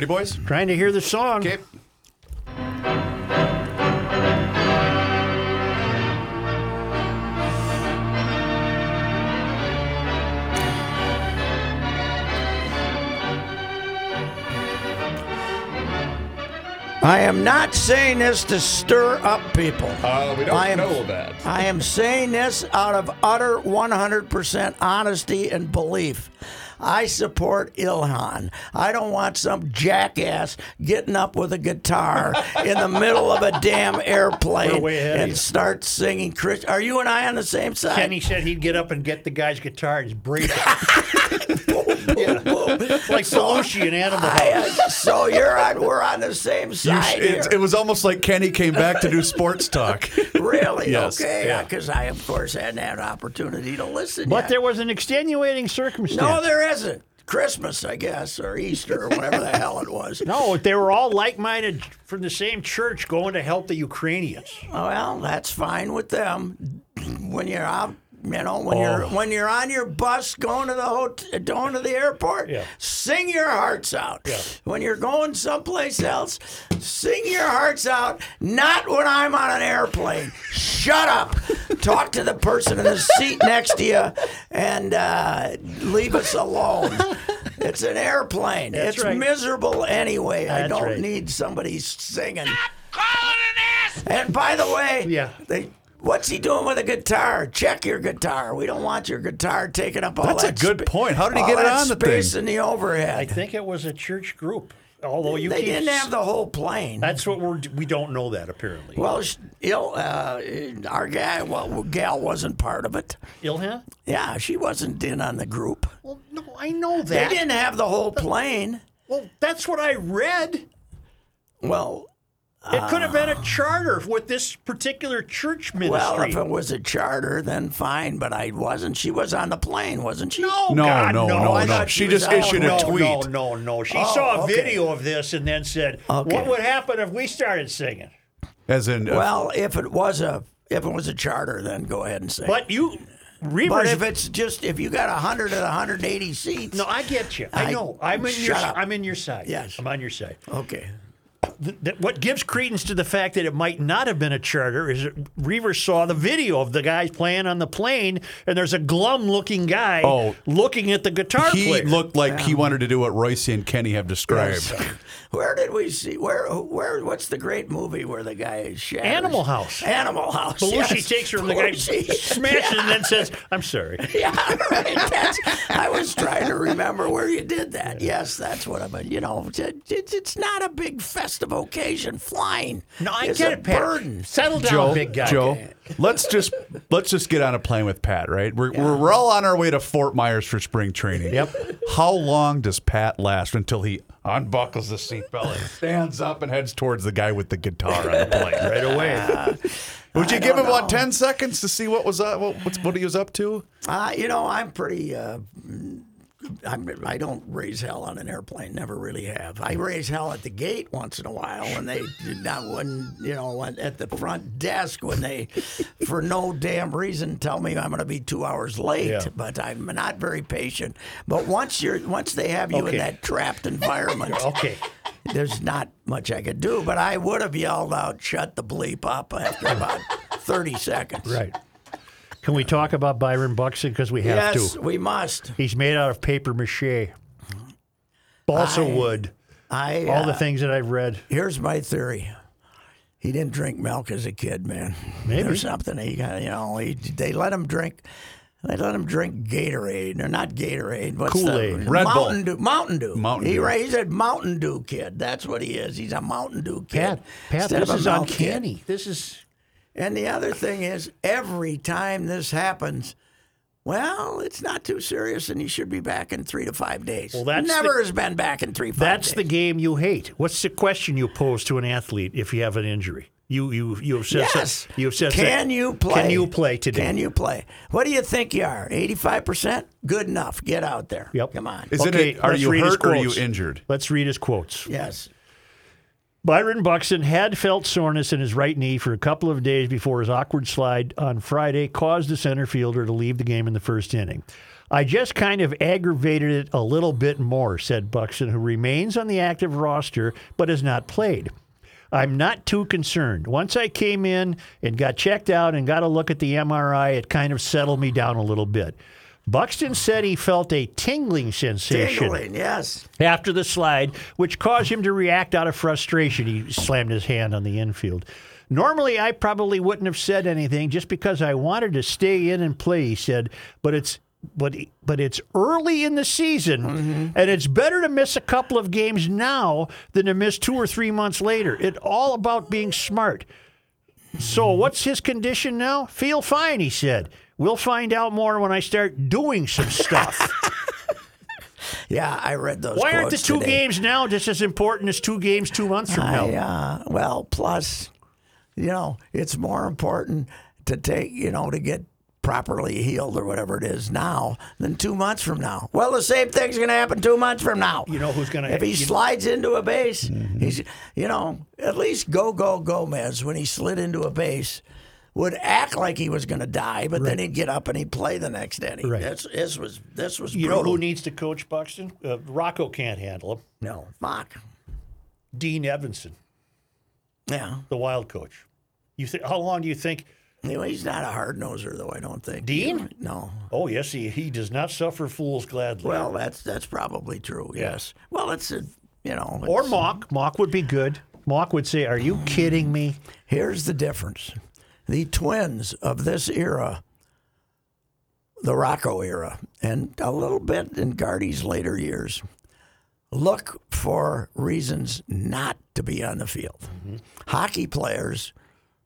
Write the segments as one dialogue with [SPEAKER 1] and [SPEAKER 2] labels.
[SPEAKER 1] Ready, boys?
[SPEAKER 2] Trying to hear the song.
[SPEAKER 1] Okay.
[SPEAKER 2] I am not saying this to stir up people.
[SPEAKER 1] Uh, we don't
[SPEAKER 2] I am-
[SPEAKER 1] know that.
[SPEAKER 2] I am saying this out of utter 100% honesty and belief. I support Ilhan. I don't want some jackass getting up with a guitar in the middle of a damn
[SPEAKER 3] We're
[SPEAKER 2] airplane
[SPEAKER 3] way ahead of
[SPEAKER 2] and
[SPEAKER 3] you.
[SPEAKER 2] start singing. Chris, are you and I on the same side?
[SPEAKER 3] Kenny said he'd get up and get the guy's guitar and just break it. It's like Belushi and Animal House.
[SPEAKER 2] I, uh, so you're on. We're on the same
[SPEAKER 1] You sh-
[SPEAKER 2] side
[SPEAKER 1] it's-
[SPEAKER 2] here.
[SPEAKER 1] it was almost like Kenny came back to do sports talk.
[SPEAKER 2] really?
[SPEAKER 1] Yes,
[SPEAKER 2] okay.
[SPEAKER 1] yeah.
[SPEAKER 2] Because I, of course, hadn't had an opportunity to listen.
[SPEAKER 3] But
[SPEAKER 2] yet.
[SPEAKER 3] there was an extenuating circumstance.
[SPEAKER 2] no, there isn't. Christmas, I guess, or Easter, or whatever the hell it was.
[SPEAKER 3] No, they were all like-minded from the same church going to help the Ukrainians.
[SPEAKER 2] Well, that's fine with them. When you're out, you know, when you're
[SPEAKER 3] Oh.
[SPEAKER 2] when you're on your bus going to the hotel, going to the airport,
[SPEAKER 3] Yeah.
[SPEAKER 2] sing your hearts out. When you're going someplace else, sing your hearts out. Not when I'm on an airplane. Shut up. Talk to the person in the seat next to you, and uh, leave us alone. It's an airplane. it's
[SPEAKER 3] right.
[SPEAKER 2] miserable anyway. I
[SPEAKER 3] That's
[SPEAKER 2] don't
[SPEAKER 3] right.
[SPEAKER 2] need somebody singing. And by the way,
[SPEAKER 3] Yeah.
[SPEAKER 2] they, what's he doing with a guitar? Check your guitar. We don't want your guitar taking up all
[SPEAKER 1] That's a
[SPEAKER 2] that
[SPEAKER 1] good
[SPEAKER 2] spa-
[SPEAKER 1] point. How did he
[SPEAKER 2] all
[SPEAKER 1] get it
[SPEAKER 2] that
[SPEAKER 1] on the thing?
[SPEAKER 2] space in the
[SPEAKER 3] I
[SPEAKER 2] overhead.
[SPEAKER 3] think it was a church group. Although you
[SPEAKER 2] They
[SPEAKER 3] keep-
[SPEAKER 2] didn't have the whole plane.
[SPEAKER 3] That's what we're we don't know that apparently.
[SPEAKER 2] well, sh- you know, uh, our guy, well, Gal wasn't part of it.
[SPEAKER 3] Ilhan?
[SPEAKER 2] Yeah, she wasn't in on the group.
[SPEAKER 3] Well, no, I know
[SPEAKER 2] They
[SPEAKER 3] that.
[SPEAKER 2] didn't have the whole plane.
[SPEAKER 3] Well, that's what I read.
[SPEAKER 2] Well,
[SPEAKER 3] It could have been a charter with this particular church ministry.
[SPEAKER 2] well, if it was a charter, then fine. But I wasn't. She was on the plane, wasn't she?
[SPEAKER 3] no,
[SPEAKER 1] No,
[SPEAKER 3] Oh, God,
[SPEAKER 1] no,
[SPEAKER 3] no,
[SPEAKER 1] no,
[SPEAKER 2] I
[SPEAKER 1] no.
[SPEAKER 2] thought
[SPEAKER 1] She
[SPEAKER 2] she
[SPEAKER 1] just
[SPEAKER 2] was out.
[SPEAKER 1] issued
[SPEAKER 3] Oh, no,
[SPEAKER 1] a tweet.
[SPEAKER 3] no, no, no. She saw a
[SPEAKER 2] Oh, okay.
[SPEAKER 3] video of this and then said,
[SPEAKER 2] Okay.
[SPEAKER 3] "What would happen if we started singing?"
[SPEAKER 1] As in, uh,
[SPEAKER 2] Well, if it was a if it was a charter, then go ahead and say. it.
[SPEAKER 3] But you,
[SPEAKER 2] But
[SPEAKER 3] Reavers,
[SPEAKER 2] if it's just if you got 100 and 180 seats,
[SPEAKER 3] no, I get you. I,
[SPEAKER 2] I-
[SPEAKER 3] know. I'm in your.
[SPEAKER 2] Shut up.
[SPEAKER 3] I'm in your side.
[SPEAKER 2] Yes.
[SPEAKER 3] I'm on your side.
[SPEAKER 2] okay.
[SPEAKER 3] That- what gives credence to the fact that it might not have been a charter is that Reavers saw the video of the guys playing on the plane, and there's a glum-looking guy
[SPEAKER 1] Oh.
[SPEAKER 3] looking at the guitar
[SPEAKER 1] he
[SPEAKER 3] player.
[SPEAKER 1] looked like he wanted to do what Royce and Kenny have described.
[SPEAKER 2] Where did we see where where what's the great movie where the guy is shattered?
[SPEAKER 3] Animal House.
[SPEAKER 2] Animal House.
[SPEAKER 3] Belushi
[SPEAKER 2] yes.
[SPEAKER 3] takes her from the guy,
[SPEAKER 2] Belushi.
[SPEAKER 3] smashes, and then says, "I'm sorry."
[SPEAKER 2] Yeah, right. That's, I was trying to remember where you did that. Yes, that's what I mean. You know, it, it, it's not a big festive occasion. Flying
[SPEAKER 3] No, I
[SPEAKER 2] is
[SPEAKER 3] get
[SPEAKER 2] a
[SPEAKER 3] it, Pat.
[SPEAKER 2] burden.
[SPEAKER 3] Settle down,
[SPEAKER 1] Joe,
[SPEAKER 3] big guy.
[SPEAKER 1] Joe, let's just let's just get on a plane with Pat. Right, we're we're, we're all on our way to Fort Myers for spring training. Yep. How long does Pat last until he unbuckles the seatbelt and stands up and heads towards the guy with the guitar on the plane? Right away. Would you give him
[SPEAKER 2] don't
[SPEAKER 1] about
[SPEAKER 2] know.
[SPEAKER 1] ten seconds to see what was up, what, what's- what he was up to?
[SPEAKER 2] Uh, you know, I'm pretty. Uh, I'm, I don't raise hell on an airplane. Never really have. I raise hell at the gate once in a while when they did not when you know when, at the front desk when they, for no damn reason, tell me I'm going to be two hours late.
[SPEAKER 3] Yeah.
[SPEAKER 2] But I'm not very patient. But once you're once they have you in
[SPEAKER 3] Okay.
[SPEAKER 2] that trapped environment,
[SPEAKER 3] Okay.
[SPEAKER 2] there's not much I could do. But I would have yelled out, "Shut the bleep up!" after about thirty seconds.
[SPEAKER 3] Right. Can we talk about Byron Buxton? Because we have
[SPEAKER 2] Yes,
[SPEAKER 3] to.
[SPEAKER 2] we must.
[SPEAKER 3] He's made out of paper mache, balsa wood,
[SPEAKER 2] I
[SPEAKER 3] all
[SPEAKER 2] uh,
[SPEAKER 3] the things that I've read.
[SPEAKER 2] Here's my theory. He didn't drink milk as a kid, man.
[SPEAKER 3] Maybe.
[SPEAKER 2] or something. He got you know. He, they let him drink. They let him drink Gatorade, or not Gatorade. What's
[SPEAKER 3] Kool-Aid.
[SPEAKER 2] the,
[SPEAKER 1] Red Bull.
[SPEAKER 2] Mountain Dew. Mountain Dew.
[SPEAKER 1] Mountain
[SPEAKER 2] he,
[SPEAKER 1] Dew.
[SPEAKER 2] ra- He's a Mountain Dew kid. That's what he is. He's a Mountain Dew kid.
[SPEAKER 3] Pat, Pat,
[SPEAKER 2] instead
[SPEAKER 3] this
[SPEAKER 2] of a
[SPEAKER 3] is
[SPEAKER 2] milk kid.
[SPEAKER 3] uncanny. This is
[SPEAKER 2] And the other thing is, every time this happens, well, it's not too serious, and he should be back in three to five days. Well,
[SPEAKER 3] that's
[SPEAKER 2] never
[SPEAKER 3] the-
[SPEAKER 2] has been back in three. Five
[SPEAKER 3] that's
[SPEAKER 2] days.
[SPEAKER 3] the game you hate. What's the question you pose to an athlete if you have an injury? You you you have said
[SPEAKER 2] Yes.
[SPEAKER 3] that, you have said
[SPEAKER 2] Can
[SPEAKER 3] that.
[SPEAKER 2] you play?
[SPEAKER 3] Can you play today?
[SPEAKER 2] Can you play? What do you think you are? Eighty-five percent. Good enough. Get out there.
[SPEAKER 3] Yep.
[SPEAKER 2] Come on.
[SPEAKER 1] Is
[SPEAKER 3] Okay,
[SPEAKER 1] it a, are
[SPEAKER 3] let's
[SPEAKER 1] you
[SPEAKER 3] read his
[SPEAKER 1] hurt or are you
[SPEAKER 3] quotes.
[SPEAKER 1] injured?
[SPEAKER 3] Let's read his quotes.
[SPEAKER 2] yes.
[SPEAKER 3] Byron Buxton had felt soreness in his right knee for a couple of days before his awkward slide on Friday caused the center fielder to leave the game in the first inning. I just kind of aggravated it a little bit more, said Buxton, who remains on the active roster but has not played. I'm not too concerned. Once I came in and got checked out and got a look at the MRI, it kind of settled me down a little bit. Buxton said he felt a tingling sensation
[SPEAKER 2] Tingling, yes.
[SPEAKER 3] after the slide, which caused him to react out of frustration. He slammed his hand on the infield. Normally, I probably wouldn't have said anything just because I wanted to stay in and play. He said, but it's but but it's early in the season, and it's better to miss a couple of games now than to miss two or three months later. It's all about being smart. So, what's his condition now? Feel fine, he said. We'll find out more when I start doing some stuff.
[SPEAKER 2] Yeah, I read those.
[SPEAKER 3] Why aren't the
[SPEAKER 2] quotes
[SPEAKER 3] two
[SPEAKER 2] today.
[SPEAKER 3] games now just as important as two games two months from now?
[SPEAKER 2] I, uh, well, plus, you know, it's more important to take, you know, to get properly healed or whatever it is now than two months from now. Well, the same thing's going to happen two months from now.
[SPEAKER 3] You know who's gonna-
[SPEAKER 2] If he
[SPEAKER 3] you- Mm-hmm.
[SPEAKER 2] slides into a base, he's, you know, at least Go Go Gomez when he slid into a base. Would act like he was going to die, but then he'd get up and he'd play the next inning.
[SPEAKER 3] Right.
[SPEAKER 2] That's, this was this was
[SPEAKER 3] you know
[SPEAKER 2] brutal.
[SPEAKER 3] who needs to coach Buxton? Uh, Rocco can't handle him.
[SPEAKER 2] no, fuck.
[SPEAKER 3] Dean Evanson,
[SPEAKER 2] Yeah,
[SPEAKER 3] the Wild coach. You think? How long do you think?
[SPEAKER 2] anyway, he's not a hard noser though. I don't think
[SPEAKER 3] Dean?
[SPEAKER 2] No,
[SPEAKER 3] Oh yes, he he does not suffer fools gladly.
[SPEAKER 2] Well, that's that's probably true. Yes. Well, it's a, you know.
[SPEAKER 3] or
[SPEAKER 2] it's-
[SPEAKER 3] Mock. Mock would be good. Mock would say, "Are you kidding me?"
[SPEAKER 2] here's the difference: the twins of this era, the Rocco era, and a little bit in Gardy's later years, look for reasons not to be on the field.
[SPEAKER 3] Mm-hmm.
[SPEAKER 2] Hockey players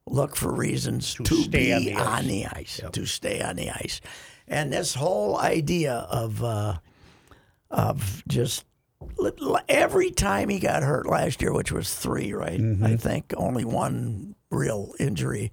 [SPEAKER 2] look for reasons to,
[SPEAKER 3] stay
[SPEAKER 2] be
[SPEAKER 3] on the ice.
[SPEAKER 2] to stay on the ice, and this whole idea of. Uh, of just li- li- every time he got hurt last year, which was three, right?
[SPEAKER 3] Mm-hmm.
[SPEAKER 2] I think only one real injury.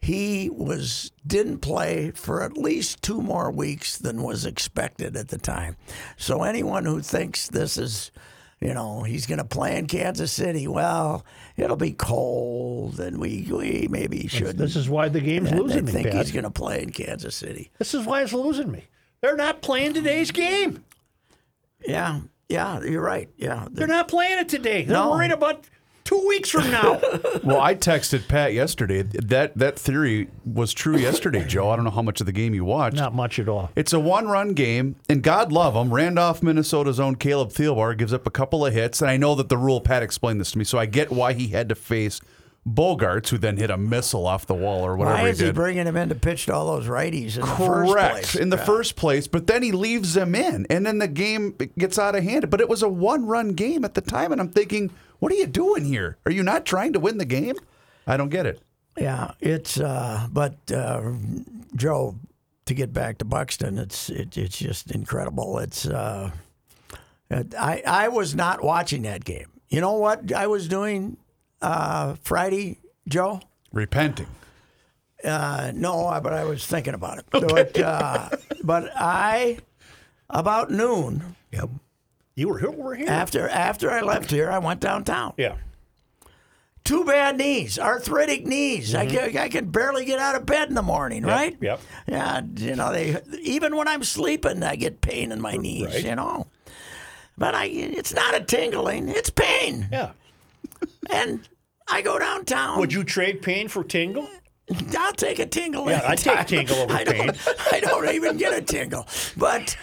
[SPEAKER 2] He was didn't play for at least two more weeks than was expected at the time. So anyone who thinks this is, you know, he's going to play in Kansas City, well, it'll be cold, and we, we maybe shouldn't.
[SPEAKER 3] This is why the game's
[SPEAKER 2] And
[SPEAKER 3] losing
[SPEAKER 2] I
[SPEAKER 3] me,
[SPEAKER 2] think
[SPEAKER 3] Pat.
[SPEAKER 2] he's going to play in Kansas City.
[SPEAKER 3] This is why it's losing me. They're not playing today's game.
[SPEAKER 2] Yeah, yeah, you're right. Yeah,
[SPEAKER 3] They're not playing it today. They're
[SPEAKER 2] No.
[SPEAKER 3] worried about two weeks from now.
[SPEAKER 1] Well, I texted Pat yesterday. That that theory was true yesterday, Joe. I don't know how much of the game you watched.
[SPEAKER 3] not much at all.
[SPEAKER 1] It's a one-run game, and God love him. Randolph, Minnesota's own Caleb Thielbar gives up a couple of hits, and I know that the rule. Pat explained this to me, so I get why he had to face Bogarts, who then hit a missile off the wall or whatever
[SPEAKER 2] Why is
[SPEAKER 1] he
[SPEAKER 2] he
[SPEAKER 1] did.
[SPEAKER 2] bringing him in to pitch to all those righties in the first
[SPEAKER 1] Correct
[SPEAKER 2] place?
[SPEAKER 1] in the first place, but then he leaves them in, and then the game gets out of hand. But it was a one-run game at the time, and I'm thinking, what are you doing here? Are you not trying to win the game? I don't get it.
[SPEAKER 2] yeah, it's uh, but uh, Joe. To get back to Buxton, it's it, it's just incredible. It's uh, it- I I was not watching that game. You know what I was doing uh, Friday, Joe?
[SPEAKER 1] Repenting.
[SPEAKER 2] Uh, no, I- but I was thinking about it. But, uh, but I about noon
[SPEAKER 3] You were here. We're here.
[SPEAKER 2] after after I left here, I went downtown.
[SPEAKER 3] yeah.
[SPEAKER 2] two bad knees, arthritic knees. I, can, I can barely get out of bed in the morning, right?
[SPEAKER 3] Mm-hmm. yep.
[SPEAKER 2] Yeah, you know, they even when I'm sleeping, I get pain in my knees,
[SPEAKER 3] Right.
[SPEAKER 2] you know. But I, it's not a tingling, it's pain.
[SPEAKER 3] Yeah.
[SPEAKER 2] And I go downtown.
[SPEAKER 3] Would you trade pain for tingle?
[SPEAKER 2] I'll take a tingle.
[SPEAKER 3] Yeah, I'd take
[SPEAKER 2] anytime.
[SPEAKER 3] tingle over
[SPEAKER 2] I
[SPEAKER 3] pain.
[SPEAKER 2] Don't, I don't even get a tingle, but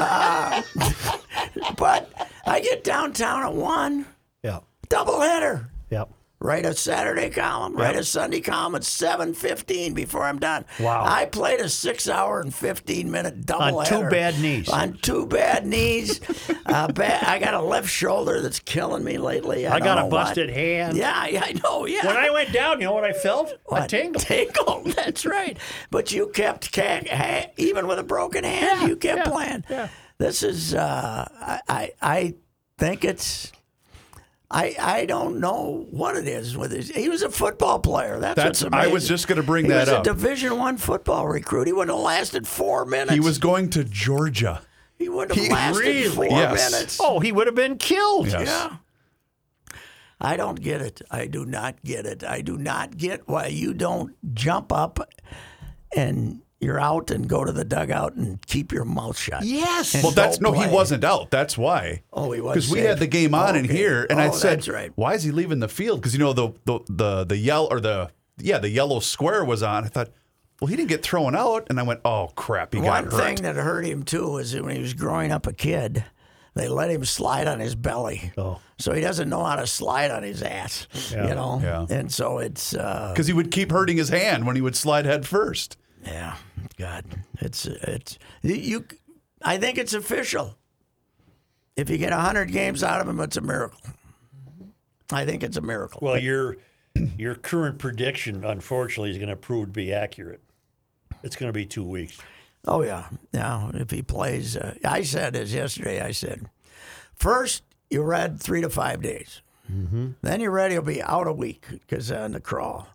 [SPEAKER 2] uh, but I get downtown at one
[SPEAKER 3] Yeah.
[SPEAKER 2] double header.
[SPEAKER 3] Yeah.
[SPEAKER 2] write a Saturday column, write a Sunday column at seven fifteen before I'm done.
[SPEAKER 3] Wow.
[SPEAKER 2] I played a six hour and fifteen minute double
[SPEAKER 3] On two bad knees.
[SPEAKER 2] On two bad knees. uh, ba- I got a left shoulder that's killing me lately. I,
[SPEAKER 3] I
[SPEAKER 2] don't
[SPEAKER 3] got a
[SPEAKER 2] know why.
[SPEAKER 3] busted hand.
[SPEAKER 2] Yeah, yeah, I know. Yeah.
[SPEAKER 3] When I went down, you know what I felt? A tingle.
[SPEAKER 2] Tingle, that's right. But you kept, ca- ha- even with a broken hand, you kept
[SPEAKER 3] yeah,
[SPEAKER 2] playing.
[SPEAKER 3] yeah.
[SPEAKER 2] This is, uh, I, I, I think it's, I, I don't know what it is with his. He was a football player. That's,
[SPEAKER 1] That's-
[SPEAKER 2] what's
[SPEAKER 1] I
[SPEAKER 2] amazing.
[SPEAKER 1] was just gonna bring
[SPEAKER 2] he
[SPEAKER 1] that
[SPEAKER 2] was
[SPEAKER 1] up.
[SPEAKER 2] a Division One football recruit. He wouldn't have lasted four minutes.
[SPEAKER 1] He was going to Georgia.
[SPEAKER 2] He wouldn't have
[SPEAKER 1] he
[SPEAKER 2] lasted
[SPEAKER 1] really-
[SPEAKER 2] four
[SPEAKER 1] yes.
[SPEAKER 2] minutes.
[SPEAKER 3] Oh, he would have been killed.
[SPEAKER 1] Yes.
[SPEAKER 2] yeah. I don't get it. I do not get it. I do not get why you don't jump up and you're out and go to the dugout and keep your mouth shut.
[SPEAKER 3] Yes.
[SPEAKER 2] And
[SPEAKER 1] Well, that's
[SPEAKER 2] go
[SPEAKER 1] no, he
[SPEAKER 2] play.
[SPEAKER 1] wasn't out. That's why.
[SPEAKER 2] Oh, he was
[SPEAKER 1] Because we had
[SPEAKER 2] saved.
[SPEAKER 1] the game on in
[SPEAKER 2] Okay.
[SPEAKER 1] here, and I
[SPEAKER 2] Oh,
[SPEAKER 1] said,
[SPEAKER 2] that's right.
[SPEAKER 1] "Why is he leaving the field?" Because you know the the the the yell or the yeah the yellow square was on. I thought, well, he didn't get thrown out, and I went, "Oh crap, he
[SPEAKER 2] One
[SPEAKER 1] got
[SPEAKER 2] thing
[SPEAKER 1] hurt."
[SPEAKER 2] that hurt him too was that when he was growing up a kid, they let him slide on his belly.
[SPEAKER 3] Oh.
[SPEAKER 2] So he doesn't know how to slide on his ass, you know.
[SPEAKER 1] Yeah.
[SPEAKER 2] And so it's uh,
[SPEAKER 1] Because he would keep hurting his hand when he would slide head first.
[SPEAKER 2] yeah, God, it's it's you. I think it's official. If you get hundred games out of him, it's a miracle. I think it's a miracle.
[SPEAKER 3] Well, your your current prediction, unfortunately, is going to prove to be accurate. It's going to be two weeks.
[SPEAKER 2] Oh yeah, now if he plays, uh, I said as yesterday. I said, first you read three to five days, mm-hmm. then you read he'll be out a week because on the crawl.